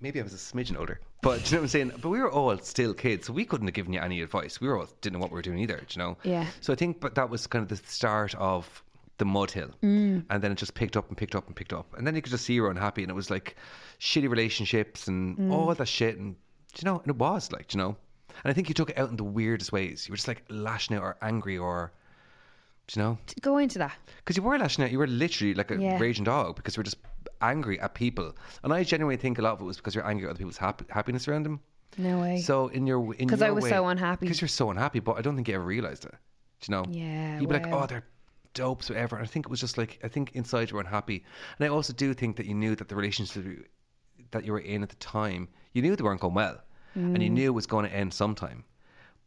Speaker 3: maybe I was a smidgen older, but do you know what I'm saying? But we were all still kids, so we couldn't have given you any advice. We were all didn't know what we were doing either, do you know?
Speaker 2: Yeah.
Speaker 3: So I think, but that was kind of the start of the mud hill, and then it just picked up and picked up and picked up, and then you could just see you were unhappy, and it was like shitty relationships and all that shit, and do you know, and it was like, do you know, and I think you took it out in the weirdest ways. You were just like lashing out or angry or. Do you know?
Speaker 2: Go into that.
Speaker 3: Because you were lashing out, you were literally like a
Speaker 2: Yeah.
Speaker 3: raging dog because you were just angry at people. And I genuinely think a lot of it was because you're angry at other people's hap- happiness around them.
Speaker 2: No way.
Speaker 3: So in your in
Speaker 2: 'Cause I was so unhappy.
Speaker 3: because you're so unhappy, but I don't think you ever realized it. Do you know?
Speaker 2: Yeah,
Speaker 3: You'd be like,
Speaker 2: wow.
Speaker 3: oh, they're dopes, whatever. And I think it was just like I think inside you were unhappy, and I also do think that you knew that the relationship you- that you were in at the time, you knew they weren't going well, and
Speaker 2: Mm.
Speaker 3: you knew it was going to end sometime,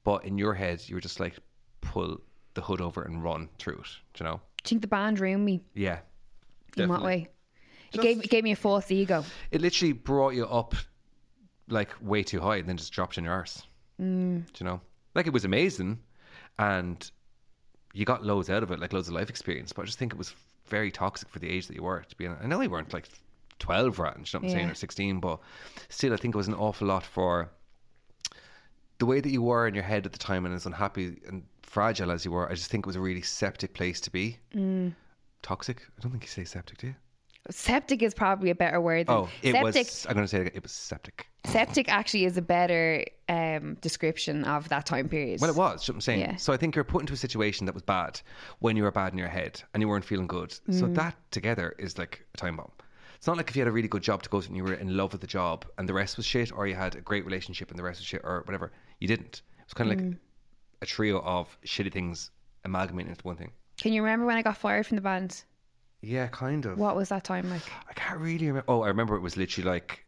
Speaker 3: but in your head you were just like pull the hood over and run through it. Do you know?
Speaker 2: Do you think the band ruined me?
Speaker 3: Yeah.
Speaker 2: In what
Speaker 3: "Oh, Definitely.
Speaker 2: way? It gave, it gave me a false ego.
Speaker 3: It literally brought you up like way too high and then just dropped you in your arse. Mm. Do you know? Like it was amazing and you got loads out of it, like loads of life experience, but I just think it was very toxic for the age that you were to be in. I know you weren't like 12 right, you know what I'm saying,
Speaker 2: Yeah.
Speaker 3: or 16, but still, I think it was an awful lot for the way that you were in your head at the time and as unhappy and fragile as you were. I just think it was a really septic place to be.
Speaker 2: Mm.
Speaker 3: Toxic? I don't think you say septic, do you?
Speaker 2: Septic is probably a better word. Than,
Speaker 3: Oh, it
Speaker 2: septic,
Speaker 3: was. I'm going to say it, again, it was septic.
Speaker 2: septic actually is a better um, description of that time period.
Speaker 3: Well, it was. do you know what I'm saying.
Speaker 2: Yeah.
Speaker 3: So I think you're put into a situation that was bad when you were bad in your head and you weren't feeling good. So
Speaker 2: Mm.
Speaker 3: that together is like a time bomb. It's not like if you had a really good job to go to and you were in love with the job and the rest was shit, or you had a great relationship and the rest was shit, or whatever. You didn't. It was kind of
Speaker 2: Mm.
Speaker 3: like a trio of shitty things amalgamated into one thing.
Speaker 2: Can you remember when I got fired from the band?
Speaker 3: Yeah, kind of.
Speaker 2: What was that time like?
Speaker 3: I can't really remember. Oh, I remember it was literally like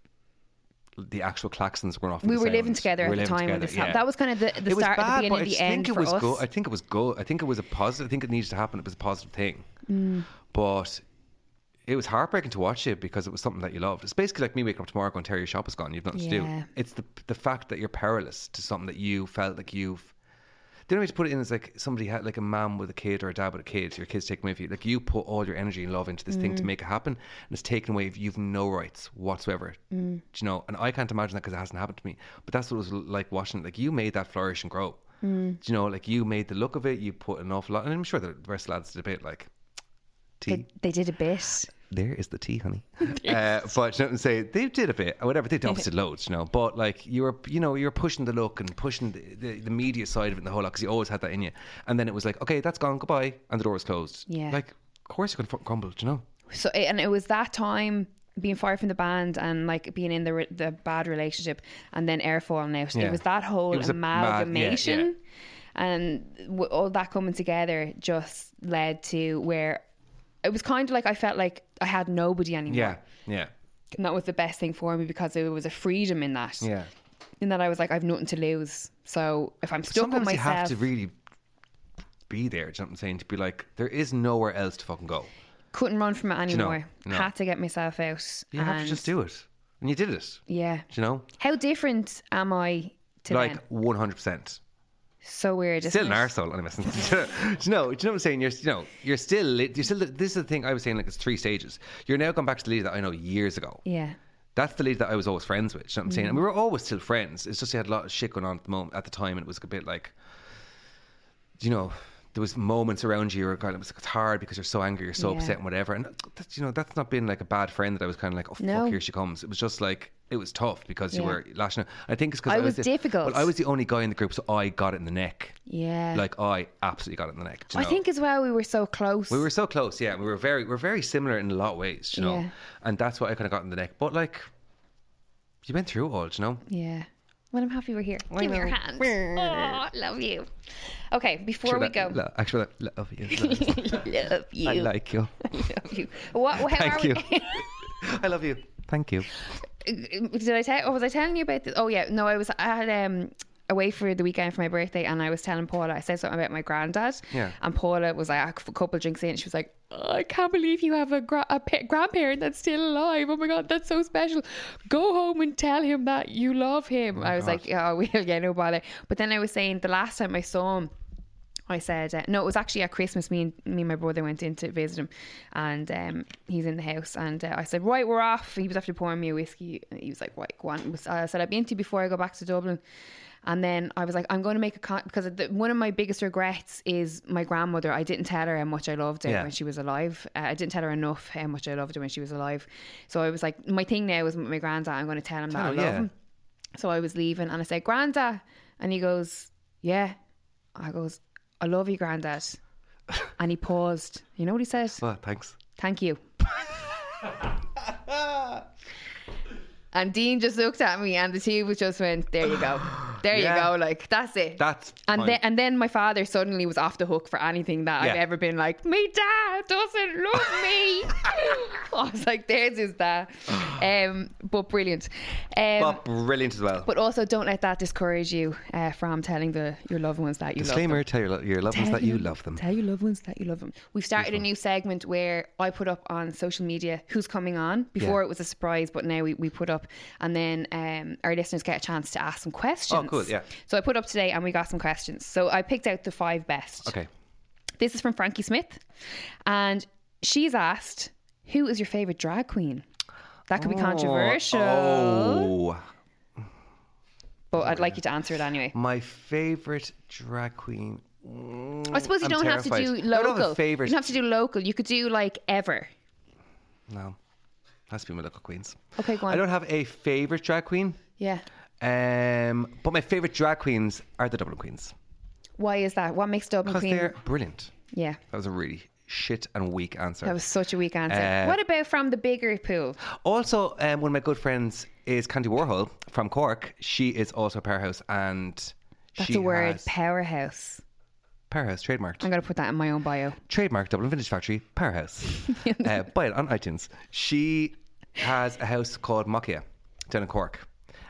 Speaker 3: the actual claxons were off. in
Speaker 2: We
Speaker 3: the
Speaker 2: were living
Speaker 3: sound.
Speaker 2: together
Speaker 3: We were
Speaker 2: at the
Speaker 3: living
Speaker 2: time. when
Speaker 3: together,
Speaker 2: this hap-
Speaker 3: yeah.
Speaker 2: That was kind of the, the
Speaker 3: it was
Speaker 2: start,
Speaker 3: bad,
Speaker 2: the
Speaker 3: but
Speaker 2: beginning,
Speaker 3: I
Speaker 2: the
Speaker 3: just
Speaker 2: end
Speaker 3: think it
Speaker 2: for
Speaker 3: was
Speaker 2: us.
Speaker 3: good. I think it was good. I think it was a positive. I think it needed to happen. It was a positive thing.
Speaker 2: Mm.
Speaker 3: But it was heartbreaking to watch it because it was something that you loved. It's basically like me waking up tomorrow going, "Terry, your shop is gone. You've nothing to
Speaker 2: Yeah.
Speaker 3: do." It's the the fact that you're powerless to something that you felt like you've. The only way to put it in is like somebody had like a mom with a kid or a dad with a kid. Your kids taken away from you. Like you put all your energy and love into this thing to make it happen, and it's taken away. You've no rights whatsoever. Do you know? And I can't imagine that because it hasn't happened to me. But that's what it was like watching. it. Like you made that flourish and grow. Do you know? Like you made the look of it. You put an awful lot, and I'm sure the rest of the lads did a bit. Like, tea.
Speaker 2: They, they did a bit.
Speaker 3: there is the tea, honey. uh, but you know, and say they did a bit, or whatever. They did obviously loads, you know. But like you were, you know, you were pushing the look and pushing the, the, the media side of it and the whole lot because you always had that in you. And then it was like, okay, that's gone, goodbye, and the door was closed.
Speaker 2: Yeah.
Speaker 3: Like, of course you're gonna fucking crumble, do you know.
Speaker 2: So it, and it was that time being fired from the band and like being in the re- the bad relationship and then air falling out. It
Speaker 3: Yeah.
Speaker 2: was that whole
Speaker 3: It was a mad- yeah, yeah.
Speaker 2: amalgamation. And w- all that coming together just led to where it was kind of like I felt like I had nobody anymore.
Speaker 3: Yeah, yeah,
Speaker 2: And that was the best thing for me because there was a freedom in that.
Speaker 3: yeah.
Speaker 2: In that I was like, I've nothing to lose. So if I'm stuck with
Speaker 3: Sometimes you
Speaker 2: myself,
Speaker 3: have to really be there. Do you know what I'm saying? To be like, there is nowhere else to fucking go.
Speaker 2: couldn't run from it
Speaker 3: know,
Speaker 2: anymore.
Speaker 3: no.
Speaker 2: Had to get myself out.
Speaker 3: You have to
Speaker 2: and-
Speaker 3: just do it, and you did it.
Speaker 2: Yeah.
Speaker 3: Do you know?
Speaker 2: How different am I to
Speaker 3: Like
Speaker 2: then?
Speaker 3: 100. percent
Speaker 2: So weird. Isn't
Speaker 3: still an
Speaker 2: it?
Speaker 3: arsehole anyway. do you know? Do you know what I'm saying? You're, you know, you're still, lit- you're still. This is the thing I was saying. Like it's three stages. You're now going back to the leader that I know years ago.
Speaker 2: Yeah.
Speaker 3: That's the leader that I was always friends with. do You know what I'm saying? And
Speaker 2: Mm.
Speaker 3: we were always still friends. It's just you had a lot of shit going on at the moment, at the time, and it was a bit like, you know, there was moments around you where kind of it was like, it's hard because you're so angry, you're so
Speaker 2: Yeah.
Speaker 3: upset, and whatever. And that's you know, that's not being like a bad friend that I was kind of like, oh
Speaker 2: No.
Speaker 3: fuck, here she comes. It was just like. It was tough because you
Speaker 2: Yeah.
Speaker 3: were lashing out. I think it's because
Speaker 2: I
Speaker 3: I,
Speaker 2: was
Speaker 3: the-
Speaker 2: difficult.
Speaker 3: Well, I was the only guy in the group, so I got it in the neck
Speaker 2: Yeah.
Speaker 3: like oh, I absolutely got it in the neck. do you
Speaker 2: I
Speaker 3: know?
Speaker 2: think as well we were so close.
Speaker 3: we were so close. Yeah, we were very we're very similar in a lot of ways. do You know,
Speaker 2: Yeah.
Speaker 3: and that's what I kind of got in the neck. But like, you went through it all. do You know,
Speaker 2: Yeah. Well, I'm happy we're here. Give me your hand. Oh, love you. Okay, before
Speaker 3: Sure
Speaker 2: we
Speaker 3: that-
Speaker 2: go,
Speaker 3: lo- Actually, lo- love you.
Speaker 2: love you.
Speaker 3: I like you.
Speaker 2: love you. What? How
Speaker 3: Thank
Speaker 2: are
Speaker 3: you.
Speaker 2: we?
Speaker 3: I love you. Thank you.
Speaker 2: Did I tell? Or was I telling you about this? Oh yeah. No, I was. I had um away for the weekend for my birthday, and I was telling Paula. I said something about my granddad.
Speaker 3: Yeah.
Speaker 2: And Paula was like a couple of drinks in, she was like, "Oh, I can't believe you have a, gra- a pa- grandparent that's still alive. Oh my god, that's so special. Go home and tell him that you love him. I was
Speaker 3: God.
Speaker 2: like, oh, we'll get no bother. But then I was saying the last time I saw him. I said uh, no. It was actually at Christmas. Me and me and my brother went in to visit him, and um, he's in the house. And uh, I said, "Right, we're off." He was after pouring me a whiskey. and He was like, "Right, go on." I said, "I'll be into you before I go back to Dublin." And then I was like, "I'm going to make a con because the, one of my biggest regrets is my grandmother. I didn't tell her how much I loved her
Speaker 3: Yeah.
Speaker 2: when she was alive. Uh, I didn't tell her enough how much I loved her when she was alive. So I was like, my thing now is with my granddad. I'm going to tell him that I
Speaker 3: Oh,
Speaker 2: love
Speaker 3: yeah.
Speaker 2: him." So I was leaving and I said, Granda. And he goes, Yeah. I goes, I love you, Grandad. And he paused. You know what he said?
Speaker 3: Well, Oh, thanks.
Speaker 2: Thank you. and Dean just looked at me and the two of us just went, There you go. There
Speaker 3: Yeah.
Speaker 2: you go. Like, that's it.
Speaker 3: That's
Speaker 2: and
Speaker 3: fine.
Speaker 2: then, and then my father suddenly was off the hook for anything that I've
Speaker 3: Yeah.
Speaker 2: ever been like, me dad doesn't love me. I was like, there's his dad. Um, but brilliant. Um,
Speaker 3: but brilliant as well.
Speaker 2: but also, don't let that discourage you uh, from telling the your loved ones that you
Speaker 3: Disclaimer:
Speaker 2: love
Speaker 3: Tell your, lo- your loved
Speaker 2: them.
Speaker 3: ones that you
Speaker 2: your-
Speaker 3: love them.
Speaker 2: Tell your loved ones that you love them. We've started a new segment where I put up on social media who's coming on. Before
Speaker 3: Yeah.
Speaker 2: it was a surprise, but now we, we put up, and then um, our listeners get a chance to ask some questions.
Speaker 3: Oh, cool, yeah.
Speaker 2: So I put up today, and we got some questions. So I picked out the five best.
Speaker 3: Okay.
Speaker 2: This is from Frankie Smith, and she's asked, "Who is your favorite drag queen?" That could be controversial,
Speaker 3: Oh,
Speaker 2: but I'd like you to answer it anyway.
Speaker 3: my favorite drag queen.
Speaker 2: I suppose you
Speaker 3: I'm
Speaker 2: don't have to
Speaker 3: terrified.
Speaker 2: do
Speaker 3: I don't
Speaker 2: local.
Speaker 3: have a favourite.
Speaker 2: You don't have to do local. You could do like ever.
Speaker 3: No, has to be my local queens.
Speaker 2: Okay, go on.
Speaker 3: I don't have a favorite drag queen.
Speaker 2: yeah.
Speaker 3: Um, but my favorite drag queens are the Dublin Queens
Speaker 2: Why is that? What makes Dublin
Speaker 3: because
Speaker 2: Queen?
Speaker 3: they're brilliant.
Speaker 2: Yeah.
Speaker 3: That was a really shit and weak answer.
Speaker 2: That was such a weak answer.
Speaker 3: Uh,
Speaker 2: what about from the bigger pool?
Speaker 3: Also, um, one of my good friends is Candy Warhol from Cork. She is also a powerhouse, and
Speaker 2: That's
Speaker 3: she
Speaker 2: a word.
Speaker 3: has-
Speaker 2: Powerhouse.
Speaker 3: powerhouse trademarked.
Speaker 2: I'm gonna put that in my own bio.
Speaker 3: trademark Dublin Vintage Factory Powerhouse. uh, buy it on iTunes. She has a house called Machia down in Cork.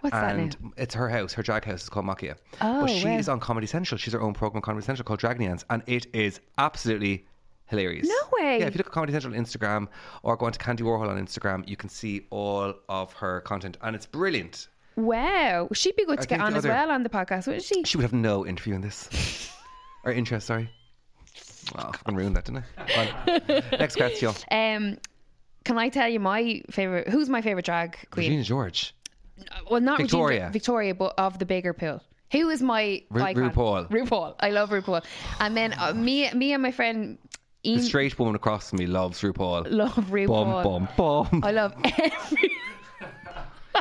Speaker 2: What's that
Speaker 3: and it's her house, her drag house is called Machia.
Speaker 2: Oh,
Speaker 3: but she
Speaker 2: wow.
Speaker 3: is on Comedy Central. She's her own program on Comedy Central called Dragonians, and it is absolutely hilarious.
Speaker 2: No way.
Speaker 3: Yeah, if you look at Comedy Central on Instagram or go onto Candy Warhol on Instagram, you can see all of her content, and it's brilliant.
Speaker 2: Wow. She'd be good to
Speaker 3: I
Speaker 2: get
Speaker 3: think
Speaker 2: on
Speaker 3: the
Speaker 2: as
Speaker 3: other-
Speaker 2: well on the podcast, wouldn't she?
Speaker 3: She would have no interview in this, or interest. Sorry. Oh, I fucking ruined that, didn't I? Go on. Next question.
Speaker 2: Um, can I tell you my favorite? Who's my favorite drag queen?
Speaker 3: Regina George.
Speaker 2: well, not Regina-
Speaker 3: Victoria.
Speaker 2: Victoria, but of the bigger pool. Who is my
Speaker 3: Ru-
Speaker 2: icon?
Speaker 3: RuPaul.
Speaker 2: RuPaul. I love RuPaul. And then uh, me, me and my friend
Speaker 3: The
Speaker 2: Ian
Speaker 3: straight woman across from me loves RuPaul.
Speaker 2: love RuPaul.
Speaker 3: Bum, bum, bum.
Speaker 2: I love every.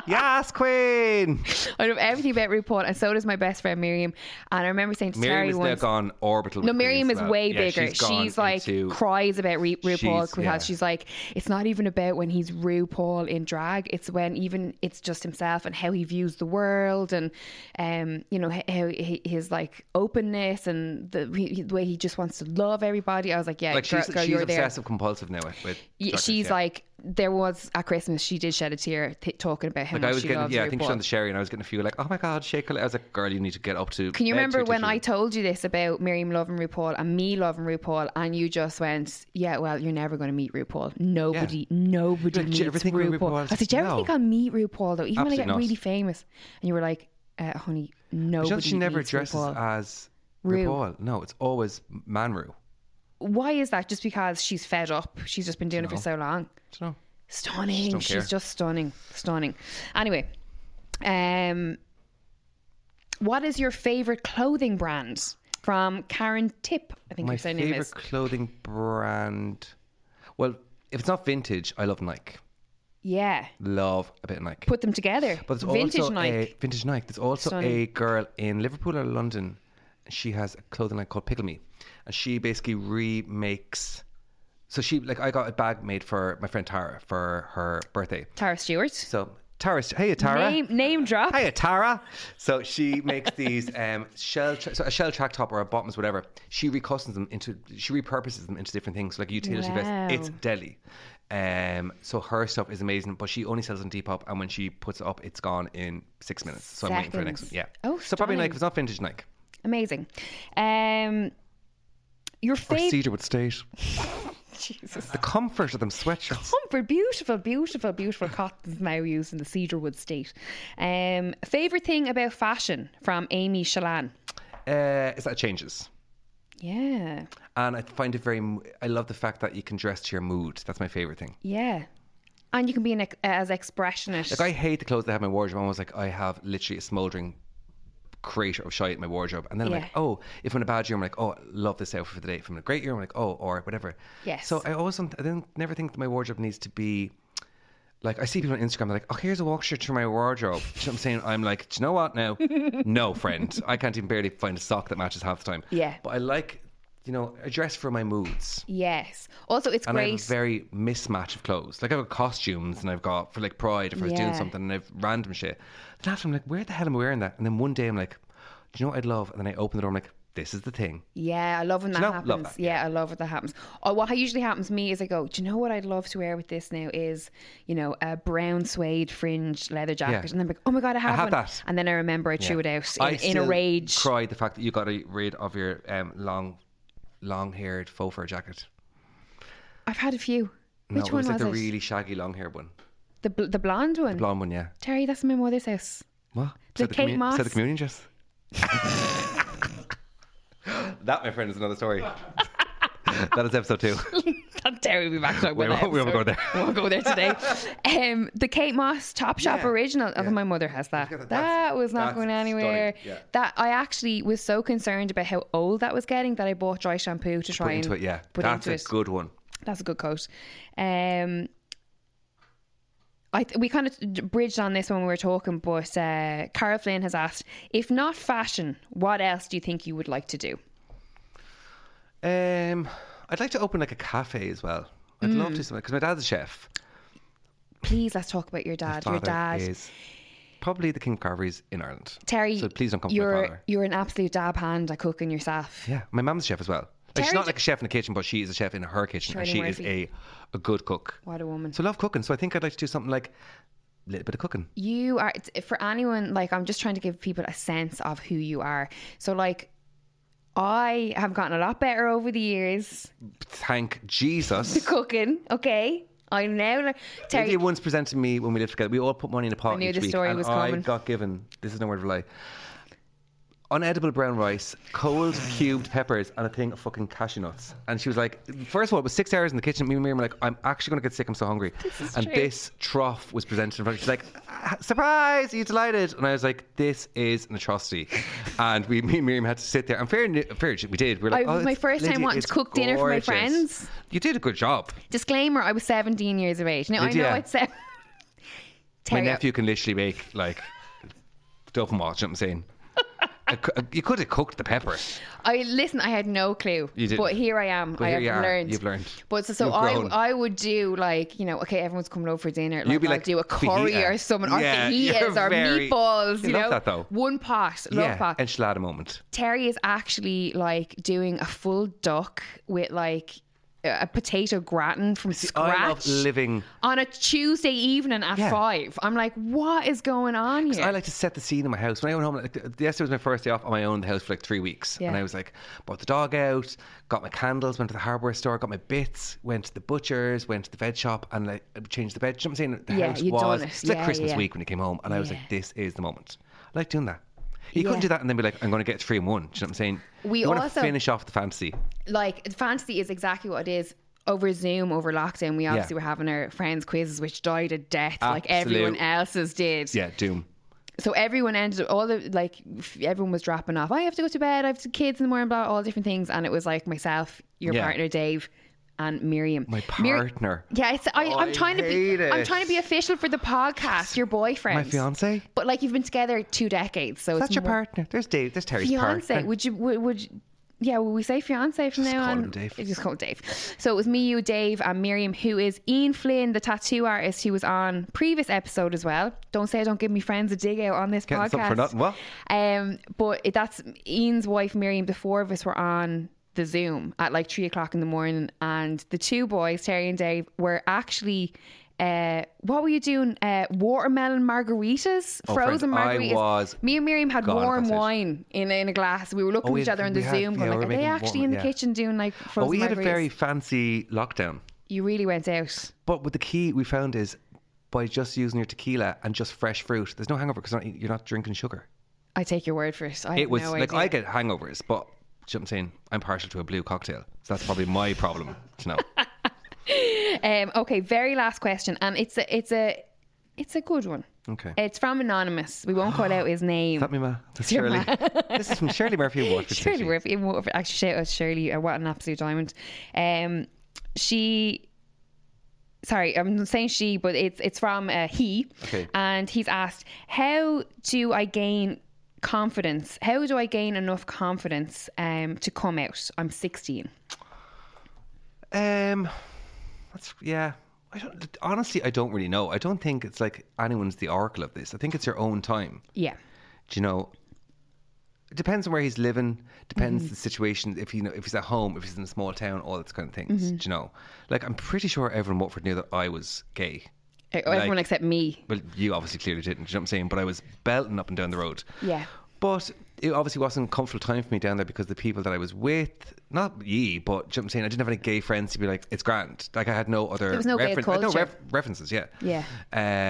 Speaker 3: yes, Queen!
Speaker 2: I love everything about RuPaul, and so does my best friend Miriam. And I remember saying to
Speaker 3: Miriam
Speaker 2: Terry
Speaker 3: is now
Speaker 2: once,
Speaker 3: gone orbital.
Speaker 2: No,
Speaker 3: with Queen
Speaker 2: Miriam
Speaker 3: as
Speaker 2: is
Speaker 3: well.
Speaker 2: way
Speaker 3: Yeah,
Speaker 2: bigger. She's,
Speaker 3: gone
Speaker 2: like
Speaker 3: into-
Speaker 2: cries about Ru- RuPaul
Speaker 3: She's-
Speaker 2: because
Speaker 3: yeah.
Speaker 2: she's like, it's not even about when he's RuPaul in drag. It's when even it's just himself and how he views the world and, um, you know, h- how he, his like openness and the, he- the way he just wants to love everybody. I was like, yeah,
Speaker 3: like
Speaker 2: girl,
Speaker 3: she's,
Speaker 2: girl,
Speaker 3: she's
Speaker 2: you're there.
Speaker 3: obsessive compulsive now. With, with
Speaker 2: Y-
Speaker 3: Drag Race,
Speaker 2: She's
Speaker 3: yeah.
Speaker 2: like, there was at Christmas, she did shed a tear th- talking about how
Speaker 3: Like
Speaker 2: much
Speaker 3: I was
Speaker 2: she
Speaker 3: getting,
Speaker 2: loves
Speaker 3: yeah,
Speaker 2: RuPaul.
Speaker 3: I think she's on the sherry, and I was getting a few like, oh my god, shake a leg. I was like, girl, you need to get up to.
Speaker 2: Can you
Speaker 3: bed
Speaker 2: remember
Speaker 3: here,
Speaker 2: when
Speaker 3: did you?
Speaker 2: I told you this about Miriam loving RuPaul and me loving RuPaul, and you just went, "Yeah, well, you're never going to meet RuPaul. Nobody, nobody
Speaker 3: You're like, "Do
Speaker 2: meets
Speaker 3: you ever think
Speaker 2: RuPaul.
Speaker 3: we're RuPaul?
Speaker 2: I said, "Do you ever
Speaker 3: No.
Speaker 2: think I'll meet RuPaul though? Even when I
Speaker 3: Absolutely
Speaker 2: get
Speaker 3: not.
Speaker 2: really famous?" And you were like, uh, "Honey,
Speaker 3: But
Speaker 2: nobody
Speaker 3: she never uh,
Speaker 2: meets
Speaker 3: dresses
Speaker 2: RuPaul."
Speaker 3: as
Speaker 2: Ru.
Speaker 3: RuPaul. No, it's always Manru.
Speaker 2: Why is that? Just because she's fed up? She's just been doing it for so long.
Speaker 3: Do you know?
Speaker 2: Stunning.
Speaker 3: don't care.
Speaker 2: She's just stunning. Stunning. Anyway, um, what is your favorite clothing brand? From Karen Tip, I think
Speaker 3: My
Speaker 2: her surname
Speaker 3: favorite
Speaker 2: is.
Speaker 3: clothing brand. Well, if it's not vintage, I love Nike.
Speaker 2: Yeah.
Speaker 3: Love a bit of Nike.
Speaker 2: put them together.
Speaker 3: But there's
Speaker 2: vintage
Speaker 3: also
Speaker 2: Nike.
Speaker 3: A, vintage Nike. There's also
Speaker 2: Stunning.
Speaker 3: a girl in Liverpool or London. She has a clothing line called Pickle Me, and she basically remakes. So she like I got a bag made for my friend Tara for her birthday.
Speaker 2: Tara Stewart.
Speaker 3: So Tara, hey Tara,
Speaker 2: Name name drop.
Speaker 3: Hiya, Tara. So she makes these um, shell, tra- so a shell track top or a bottoms, whatever. She recustoms them into, she repurposes them into different things, like a utility
Speaker 2: Wow.
Speaker 3: vest. It's deadly. Um, so her stuff is amazing, but she only sells on Depop, and when she puts it up, it's gone in six minutes. So I'm waiting for the next one. Yeah.
Speaker 2: Seconds. Oh,
Speaker 3: so probably
Speaker 2: stunning.
Speaker 3: Nike. If it's not vintage Nike
Speaker 2: Amazing. Um your
Speaker 3: or
Speaker 2: favorite
Speaker 3: Cedarwood State,
Speaker 2: Jesus.
Speaker 3: the comfort of them sweatshirts.
Speaker 2: Comfort, beautiful, beautiful, beautiful cottons now used in the cedarwood state. Um, favorite thing about fashion from Amy Shalan.
Speaker 3: Uh, is that it changes?
Speaker 2: Yeah,
Speaker 3: And I find it very. m- I love the fact that you can dress to your mood. That's my favorite thing.
Speaker 2: yeah, and you can be an ex- as expressionist.
Speaker 3: Like I hate the clothes that I have in my wardrobe. I'm always like, I have literally a smouldering crate of shite in my wardrobe. And then I'm
Speaker 2: Yeah.
Speaker 3: like, oh, if I'm in a bad year, I'm like, oh, love this outfit for the day. If I'm in a great year, I'm like, oh, or whatever.
Speaker 2: Yes.
Speaker 3: So I always, don't- I don't, never think that my wardrobe needs to be like, I see people on Instagram, they're like, oh, here's a walkthrough to my wardrobe. Do you know what I'm saying? I'm like, do you know what now? no, friend. I can't even barely find a sock that matches half the time.
Speaker 2: Yeah.
Speaker 3: But I like, you know, I dress for my moods.
Speaker 2: yes. Also, it's
Speaker 3: And I
Speaker 2: great.
Speaker 3: have a very mismatch of clothes. Like I've got costumes and I've got for like pride or for
Speaker 2: Yeah.
Speaker 3: doing something and I've random shit. And after I'm like, where the hell am I wearing that? And then one day I'm like, do you know what I'd love? And then I open the door, I'm like, this is the thing.
Speaker 2: Yeah, I love when that
Speaker 3: you know?
Speaker 2: happens.
Speaker 3: Love that,
Speaker 2: yeah. I love when that happens. Or what usually happens to me is I go, do you know what I'd love to wear with this now is, you know, a brown suede fringe leather jacket. And I'm like, oh my God, I have,
Speaker 3: have
Speaker 2: one.
Speaker 3: that.
Speaker 2: And then I remember I threw it out in,
Speaker 3: I
Speaker 2: in a
Speaker 3: still
Speaker 2: rage.
Speaker 3: Cried the fact that you got rid of your um, long, long-haired faux fur jacket.
Speaker 2: I've had a few.
Speaker 3: No,
Speaker 2: Which
Speaker 3: it
Speaker 2: one
Speaker 3: was like
Speaker 2: was
Speaker 3: the
Speaker 2: it?
Speaker 3: really shaggy long-haired one,
Speaker 2: the, bl- the blonde one?
Speaker 3: blonde one, yeah.
Speaker 2: Terry, that's my mother's house.
Speaker 3: What?
Speaker 2: The
Speaker 3: Said
Speaker 2: Kate
Speaker 3: commu- said
Speaker 2: Moss.
Speaker 3: the communion dress. that, my friend, is another story. that is episode two.
Speaker 2: That Terry will be back talking
Speaker 3: We
Speaker 2: about that
Speaker 3: won't- we won't go
Speaker 2: episode. We
Speaker 3: there.
Speaker 2: won't go there today. um, the Kate Moss Top Shop
Speaker 3: Yeah.
Speaker 2: original. Oh,
Speaker 3: Yeah.
Speaker 2: my mother has that.
Speaker 3: Look at
Speaker 2: That
Speaker 3: that. That's-
Speaker 2: was not
Speaker 3: that's
Speaker 2: going anywhere.
Speaker 3: stunning. Yeah.
Speaker 2: That I actually was so concerned about how old that was getting that I bought dry shampoo to try
Speaker 3: Put
Speaker 2: and
Speaker 3: into it, yeah.
Speaker 2: put
Speaker 3: That's
Speaker 2: into
Speaker 3: a
Speaker 2: it.
Speaker 3: good one.
Speaker 2: That's a good coat. Um, I th- we kind of bridged on this when we were talking, but uh, Carol Flynn has asked, if not fashion, what else do you think you would like to do?
Speaker 3: Um, I'd like to open like a cafe as well. I'd
Speaker 2: Mm.
Speaker 3: love to because my dad's a chef.
Speaker 2: Please, let's talk about your dad. Your
Speaker 3: Father
Speaker 2: dad,
Speaker 3: is probably the king of carveries in Ireland.
Speaker 2: Terry.
Speaker 3: So please don't come for my
Speaker 2: you're
Speaker 3: father.
Speaker 2: you're an absolute dab hand at cooking yourself.
Speaker 3: Yeah, my mum's a chef as well. Like
Speaker 2: Terry
Speaker 3: she's not
Speaker 2: d-
Speaker 3: like a chef in the kitchen, but she is a chef in her kitchen, and
Speaker 2: Shirley
Speaker 3: she is
Speaker 2: Murphy.
Speaker 3: a a good cook.
Speaker 2: What a woman.
Speaker 3: So I love cooking. So I think I'd like to do something like a little bit of cooking.
Speaker 2: you are it's- for anyone like i'm just trying to give people a sense of who you are so like i have gotten a lot better over the years
Speaker 3: Thank Jesus.
Speaker 2: cooking okay i'm now like
Speaker 3: Terry
Speaker 2: terry
Speaker 3: once presented me when we lived together. We all put money in a pot
Speaker 2: knew
Speaker 3: each
Speaker 2: this
Speaker 3: week,
Speaker 2: story
Speaker 3: and
Speaker 2: was
Speaker 3: I
Speaker 2: coming.
Speaker 3: got given. This is no word of a lie. unedible brown rice, cold cubed peppers, and a thing of fucking cashew nuts. And she was like, first of all, it was six hours in the kitchen. Me and Miriam were like, I'm actually going to get sick. I'm so hungry. and
Speaker 2: true.
Speaker 3: this trough was presented in front of She's like, "Ah, surprise, are you delighted? And I was like, this is an atrocity. And we, me and Miriam had to sit there. And fair, n- fair we did. We were like,
Speaker 2: I-
Speaker 3: "Oh,
Speaker 2: my
Speaker 3: it's-
Speaker 2: first time
Speaker 3: Lydia,
Speaker 2: wanting to
Speaker 3: it's
Speaker 2: cook dinner for my
Speaker 3: gorgeous."
Speaker 2: friends.
Speaker 3: You did a good job.
Speaker 2: Disclaimer: I was 17 years of age. Now I know
Speaker 3: Lydia.
Speaker 2: it's seven.
Speaker 3: My
Speaker 2: Terry,
Speaker 3: nephew can literally make like stuff and watch. You know what I'm saying? I cou- you could have cooked the pepper.
Speaker 2: I listen. I had no clue,
Speaker 3: You didn't.
Speaker 2: but here I am.
Speaker 3: But
Speaker 2: I
Speaker 3: here
Speaker 2: have
Speaker 3: you are.
Speaker 2: learned.
Speaker 3: You've learned.
Speaker 2: But so, so
Speaker 3: You've
Speaker 2: I,
Speaker 3: grown.
Speaker 2: I would do like you know, okay, everyone's coming over for dinner. Like,
Speaker 3: You'd be
Speaker 2: I'll
Speaker 3: like,
Speaker 2: do a curry
Speaker 3: fajita.
Speaker 2: or something, or
Speaker 3: Yeah,
Speaker 2: fajitas
Speaker 3: you're
Speaker 2: or
Speaker 3: very-
Speaker 2: meatballs.
Speaker 3: You
Speaker 2: You
Speaker 3: love
Speaker 2: know,
Speaker 3: that though.
Speaker 2: one pot, love
Speaker 3: yeah,
Speaker 2: pot.
Speaker 3: enchilada moment.
Speaker 2: Terry is actually like doing a full duck with like a potato gratin from scratch.
Speaker 3: I love living.
Speaker 2: on a Tuesday evening at
Speaker 3: Yeah.
Speaker 2: five. I'm like, what is going on here?
Speaker 3: I like to set the scene in my house. When I went home, like, th- yesterday was my first day off on my own in the house for like three weeks. And
Speaker 2: Yeah.
Speaker 3: I was like, bought the dog out, got my candles, went to the hardware store, got my bits, went to the butcher's, went to the bed shop, and like changed the bed. You know what I'm saying? The
Speaker 2: Yeah,
Speaker 3: house
Speaker 2: you'd
Speaker 3: was.
Speaker 2: done it.
Speaker 3: It's like
Speaker 2: Yeah,
Speaker 3: Christmas
Speaker 2: yeah.
Speaker 3: week when you came home. And I was like, this is the moment. I like doing that. You
Speaker 2: Yeah.
Speaker 3: couldn't do that and then be like, I'm going to get three and one. Do you know what I'm saying?
Speaker 2: We
Speaker 3: you wanna
Speaker 2: also-
Speaker 3: finish off the fantasy.
Speaker 2: like fantasy is exactly what it is over Zoom, over lockdown. We obviously were having our friends' quizzes, which died a death, like everyone
Speaker 3: Absolute.
Speaker 2: else's did.
Speaker 3: Yeah, doom.
Speaker 2: So everyone ended up all the like f- everyone was dropping off. "Oh, I have to go to bed. I have kids in the morning. Blah, all different things, and it was like myself, your
Speaker 3: Yeah.
Speaker 2: partner Dave, and Miriam.
Speaker 3: My
Speaker 2: Mir-
Speaker 3: partner.
Speaker 2: yeah, it's, I, I'm
Speaker 3: Oh, I
Speaker 2: trying to be.
Speaker 3: hate
Speaker 2: I'm
Speaker 3: it.
Speaker 2: trying to be official for the podcast. Your boyfriend,
Speaker 3: my fiance.
Speaker 2: but like you've been together two decades, so
Speaker 3: That's
Speaker 2: it's
Speaker 3: your
Speaker 2: more-
Speaker 3: partner. There's Dave. There's Terry's
Speaker 2: fiance.
Speaker 3: partner.
Speaker 2: Would you? Would, would you, yeah? Would we say fiance from
Speaker 3: Just
Speaker 2: now
Speaker 3: call
Speaker 2: on?
Speaker 3: him Dave.
Speaker 2: You Just call him Dave. So it was me, you, Dave, and Miriam, who is Ian Flynn, the tattoo artist, who was on previous episode as well. Don't say I don't give me friends a dig out on this
Speaker 3: Getting
Speaker 2: podcast.
Speaker 3: something for nothing. What?
Speaker 2: Um, but it, that's Ian's wife, Miriam. The four of us were on the Zoom at like three o'clock in the morning, and the two boys, Terry and Dave, were actually. Uh, what were you doing? Uh, watermelon margaritas,
Speaker 3: Oh, friends,
Speaker 2: frozen
Speaker 3: I
Speaker 2: margaritas.
Speaker 3: was
Speaker 2: Me and Miriam had
Speaker 3: gone at
Speaker 2: warm
Speaker 3: that stage.
Speaker 2: wine in in a glass. We were looking
Speaker 3: Oh,
Speaker 2: at
Speaker 3: we
Speaker 2: each
Speaker 3: had-
Speaker 2: other on the
Speaker 3: we had-
Speaker 2: Zoom,
Speaker 3: yeah,
Speaker 2: going
Speaker 3: we
Speaker 2: like,
Speaker 3: were
Speaker 2: "Are they
Speaker 3: making
Speaker 2: actually
Speaker 3: warm-
Speaker 2: in the
Speaker 3: yeah.
Speaker 2: kitchen doing like
Speaker 3: Oh,
Speaker 2: frozen
Speaker 3: we had a
Speaker 2: margaritas?"
Speaker 3: very fancy lockdown.
Speaker 2: you really went out.
Speaker 3: But what the key we found is by just using your tequila and just fresh fruit, there's no hangover because you're not drinking sugar.
Speaker 2: I take your word for it. I
Speaker 3: It
Speaker 2: have
Speaker 3: was
Speaker 2: no
Speaker 3: like
Speaker 2: idea.
Speaker 3: I get hangovers, but do you know what I'm saying? I'm partial to a blue cocktail. So that's probably my problem, you know.
Speaker 2: Um, okay, very last question, and it's a it's a it's a good one.
Speaker 3: Okay. Is
Speaker 2: It's from anonymous. We won't call out his name.
Speaker 3: that me, ma? That's Shirley. this is from Shirley Murphy of Waterford
Speaker 2: Shirley
Speaker 3: City.
Speaker 2: Murphy. in Waterford. Actually, shout out to Shirley. uh, What an absolute diamond. Um, she. Sorry, I'm saying she, but it's it's from uh, he.
Speaker 3: Okay.
Speaker 2: And he's asked, "How do I gain confidence? How do I gain enough confidence um, to come out? I'm 16.
Speaker 3: Um, that's yeah. I don't honestly. I don't really know. I don't think it's like anyone's the oracle of this. I think it's your own time.
Speaker 2: Yeah,
Speaker 3: Do you know? It depends on where he's living. Depends the situation. If you know, if he's at home, if he's in a small town, all that kind of things. Do you know? Like I'm pretty sure everyone in Watford knew that I was gay.
Speaker 2: Uh, everyone
Speaker 3: Like-
Speaker 2: except me.
Speaker 3: Well, you obviously clearly didn't. Do you know what I'm saying? But I was belting up and down the road.
Speaker 2: Yeah,
Speaker 3: But it obviously wasn't a comfortable time for me down there because the people that I was with, not ye, but do you know what I'm saying? I didn't have any gay friends to be like, it's grand. Like I had no other
Speaker 2: was no gay
Speaker 3: reference- I had no
Speaker 2: culture.
Speaker 3: references, yeah.
Speaker 2: Yeah.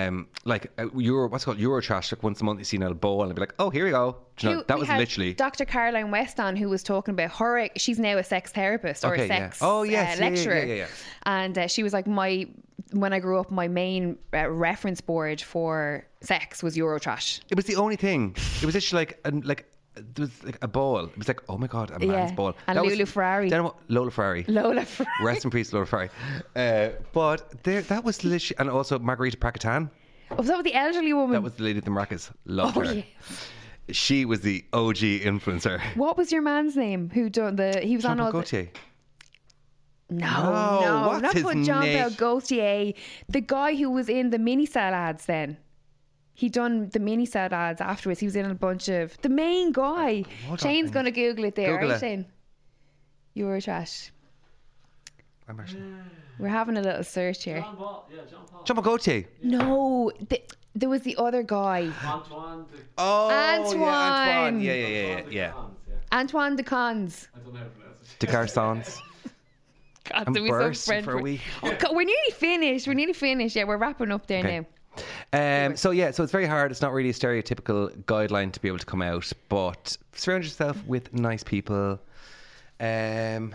Speaker 3: Um, like uh, Euro, what's it called Eurotrash. Like once a month, you see an old bowl and I'd be like, oh, here we go. Do you know,
Speaker 2: Who-
Speaker 3: that
Speaker 2: we
Speaker 3: was
Speaker 2: had
Speaker 3: literally.
Speaker 2: Dr. Caroline West on who was talking about her. She's now a sex therapist or a
Speaker 3: Okay, yeah.
Speaker 2: sex
Speaker 3: Oh,
Speaker 2: uh,
Speaker 3: yes, yeah, yeah, yeah,
Speaker 2: lecturer,
Speaker 3: yeah, yeah.
Speaker 2: and uh, she was like, my when I grew up, my main uh, reference board for sex was Eurotrash.
Speaker 3: It was the only thing. It was literally like an, like there was like a ball. It was like oh my god, a man's
Speaker 2: Yeah.
Speaker 3: ball.
Speaker 2: And
Speaker 3: That was-
Speaker 2: Lulu Ferrari.
Speaker 3: Then what- Lola Ferrari.
Speaker 2: Lola, Ferrari.
Speaker 3: Rest in peace, Lola Ferrari. Uh, but there, that was literally, and also Margarita Prakatan.
Speaker 2: Oh, was that with the elderly woman?
Speaker 3: That was the lady at the markets. Loved
Speaker 2: Oh,
Speaker 3: her.
Speaker 2: yes.
Speaker 3: She was the OG influencer.
Speaker 2: what was your man's name? Who done the? He was
Speaker 3: Jean
Speaker 2: on all.
Speaker 3: Paul
Speaker 2: The,
Speaker 3: Gaultier.
Speaker 2: no,
Speaker 3: No,
Speaker 2: no,
Speaker 3: what's
Speaker 2: not
Speaker 3: his
Speaker 2: put John
Speaker 3: name?
Speaker 2: Bell Gaultier, the guy who was in the mini cell ads. Then he done the mini cell ads afterwards. He was in a bunch of the main guy.
Speaker 3: Hold on,
Speaker 2: Shane's
Speaker 3: I
Speaker 2: gonna Google it there,
Speaker 3: Google
Speaker 2: right,
Speaker 3: it.
Speaker 2: Shane? You're trash.
Speaker 3: I'm actually-
Speaker 2: We're having a little search here.
Speaker 4: John Paul. Yeah, John Paul.
Speaker 3: Jean Paul Gaultier.
Speaker 2: No, th- there was the other guy,
Speaker 4: Antoine de
Speaker 3: Oh, yeah,
Speaker 2: Antoine.
Speaker 3: Antoine. Yeah, yeah, yeah, yeah.
Speaker 4: Antoine de
Speaker 3: yeah.
Speaker 4: Cons, yeah.
Speaker 2: Antoine de Cons.
Speaker 4: I don't know how to pronounce it.
Speaker 3: De Garçons.
Speaker 2: God,
Speaker 3: I'm
Speaker 2: do we so
Speaker 3: bursting
Speaker 2: French
Speaker 3: for a
Speaker 2: word.
Speaker 3: week.
Speaker 2: Oh, God, we're nearly finished. We're nearly finished. Yeah, we're wrapping up there
Speaker 3: Okay.
Speaker 2: now.
Speaker 3: Um, so yeah, so it's very hard. It's not really a stereotypical guideline to be able to come out, but surround yourself with nice people. Um,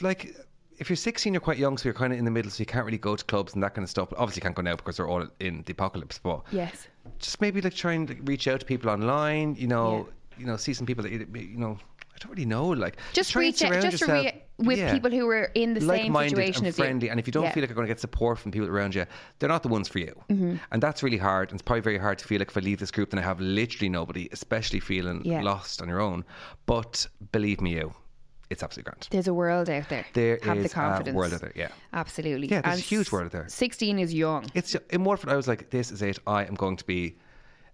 Speaker 3: like if you're 16, you're quite young, so you're kind of in the middle, so you can't really go to clubs and that kind of stuff. Obviously, you can't go now because they're all in the apocalypse. But
Speaker 2: Yes.
Speaker 3: just maybe like try and like, reach out to people online. You know, you know, see some people that you, you know. I don't really know. Like
Speaker 2: Just
Speaker 3: try and
Speaker 2: reach out
Speaker 3: surround
Speaker 2: just
Speaker 3: yourself-
Speaker 2: re- with
Speaker 3: Yeah
Speaker 2: people who are in the same
Speaker 3: like-minded
Speaker 2: situation
Speaker 3: and
Speaker 2: as
Speaker 3: friendly.
Speaker 2: you.
Speaker 3: And if you don't
Speaker 2: Yeah.
Speaker 3: feel like you're going to get support from people around you, they're not the ones for you.
Speaker 2: Mm-hmm.
Speaker 3: And that's really hard. And it's probably very hard to feel like if I leave this group, then I have literally nobody, especially feeling
Speaker 2: Yeah.
Speaker 3: lost on your own. But believe me, you, it's absolutely grand.
Speaker 2: there's a world out there.
Speaker 3: There is
Speaker 2: Have the confidence.
Speaker 3: a world out there. Yeah.
Speaker 2: Absolutely.
Speaker 3: Yeah, there's
Speaker 2: And
Speaker 3: a huge world
Speaker 2: s-
Speaker 3: there.
Speaker 2: 16 is young.
Speaker 3: It's in Waterford. I was like, this is it. I am going to be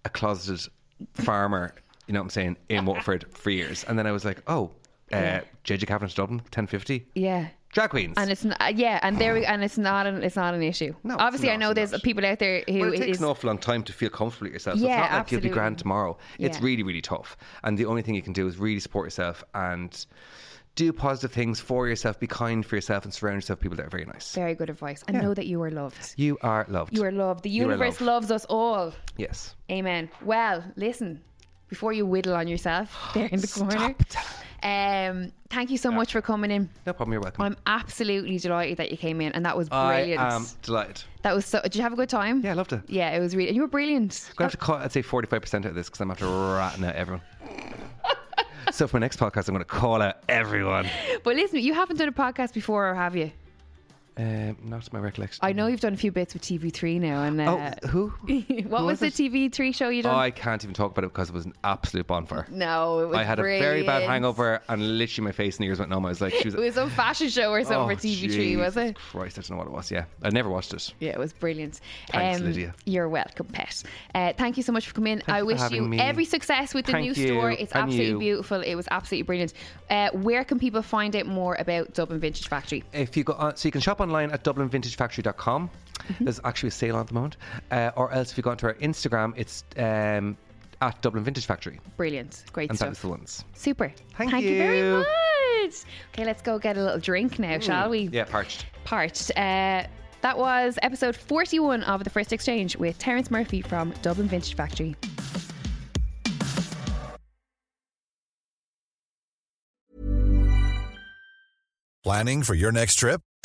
Speaker 3: a closeted farmer. You know what I'm saying? In Waterford for years. And then I was like, oh, uh, JJ Cavanagh to Dublin, 1050.
Speaker 2: Yeah.
Speaker 3: Drag queens.
Speaker 2: And it's not, yeah, and there we, and it's not an it's not an issue.
Speaker 3: No, it's
Speaker 2: obviously, I
Speaker 3: not,
Speaker 2: know
Speaker 3: it's
Speaker 2: there's
Speaker 3: not.
Speaker 2: people out there who
Speaker 3: Well, it takes
Speaker 2: is
Speaker 3: an awful long time to feel comfortable with yourself. So
Speaker 2: Yeah,
Speaker 3: it's not like you'll be grand
Speaker 2: absolutely.
Speaker 3: tomorrow. It's
Speaker 2: Yeah.
Speaker 3: really, really tough. And the only thing you can do is really support yourself and do positive things for yourself, be kind for yourself, and surround yourself with people that are very nice.
Speaker 2: very good advice. And know that you are loved.
Speaker 3: You are loved.
Speaker 2: You are loved. The
Speaker 3: You are
Speaker 2: universe loves us all.
Speaker 3: yes.
Speaker 2: Amen. Well, listen, before you whittle on yourself there in the corner, um, thank you so much for coming in.
Speaker 3: No problem. You're welcome.
Speaker 2: I'm absolutely delighted that you came in, and that was
Speaker 3: I
Speaker 2: brilliant.
Speaker 3: am delighted.
Speaker 2: That was so. Did you have a good time?
Speaker 3: Yeah, I loved it. I'm
Speaker 2: Yeah, it was really. You were brilliant.
Speaker 3: gonna have to cut. I'd say 45% out of this because I'm after ratting out everyone. so for my next podcast, I'm gonna call out everyone.
Speaker 2: But listen, you haven't done a podcast before, or have you?
Speaker 3: Um, not my recollection.
Speaker 2: I know you've done a few bits with TV3 now, and uh,
Speaker 3: Oh, who?
Speaker 2: what was,
Speaker 3: was
Speaker 2: the
Speaker 3: it? Oh,
Speaker 2: TV3 show you done?
Speaker 3: I can't even talk about it because it was an absolute bonfire.
Speaker 2: no, it was.
Speaker 3: I had
Speaker 2: brilliant.
Speaker 3: a very bad hangover and literally my face and ears went numb. I was like, she was, Oh,
Speaker 2: It was some fashion show or something for TV3, was
Speaker 3: Jesus
Speaker 2: it?
Speaker 3: Christ, I don't know what it was. Yeah, I never watched it.
Speaker 2: Yeah, it was brilliant. Um,
Speaker 3: Thanks, Lydia.
Speaker 2: You're welcome, Pet. Uh, thank you so much for coming. I
Speaker 3: you for
Speaker 2: wish
Speaker 3: having
Speaker 2: you
Speaker 3: me.
Speaker 2: every success with the
Speaker 3: Thank
Speaker 2: new
Speaker 3: you,
Speaker 2: store. It's
Speaker 3: and
Speaker 2: absolutely
Speaker 3: you.
Speaker 2: beautiful. It was absolutely brilliant. Uh, where can people find out more about Dublin Vintage Factory?
Speaker 3: If you go on, so you can shop online at DublinVintageFactory.com.
Speaker 2: Mm-hmm.
Speaker 3: There's actually a sale on at the moment, uh, or else if you go onto our Instagram, it's um, at Dublin Vintage Factory,
Speaker 2: Brilliant. Great
Speaker 3: and
Speaker 2: stuff.
Speaker 3: that's the ones.
Speaker 2: Super.
Speaker 3: Thank
Speaker 2: you. very
Speaker 3: you.
Speaker 2: much. Okay, let's go get a little drink now, shall we?
Speaker 3: Yeah, parched.
Speaker 2: Parched. Uh, that was episode 41 of The First Exchange with Terence Murphy from Dublin Vintage Factory.
Speaker 5: Planning for your next trip?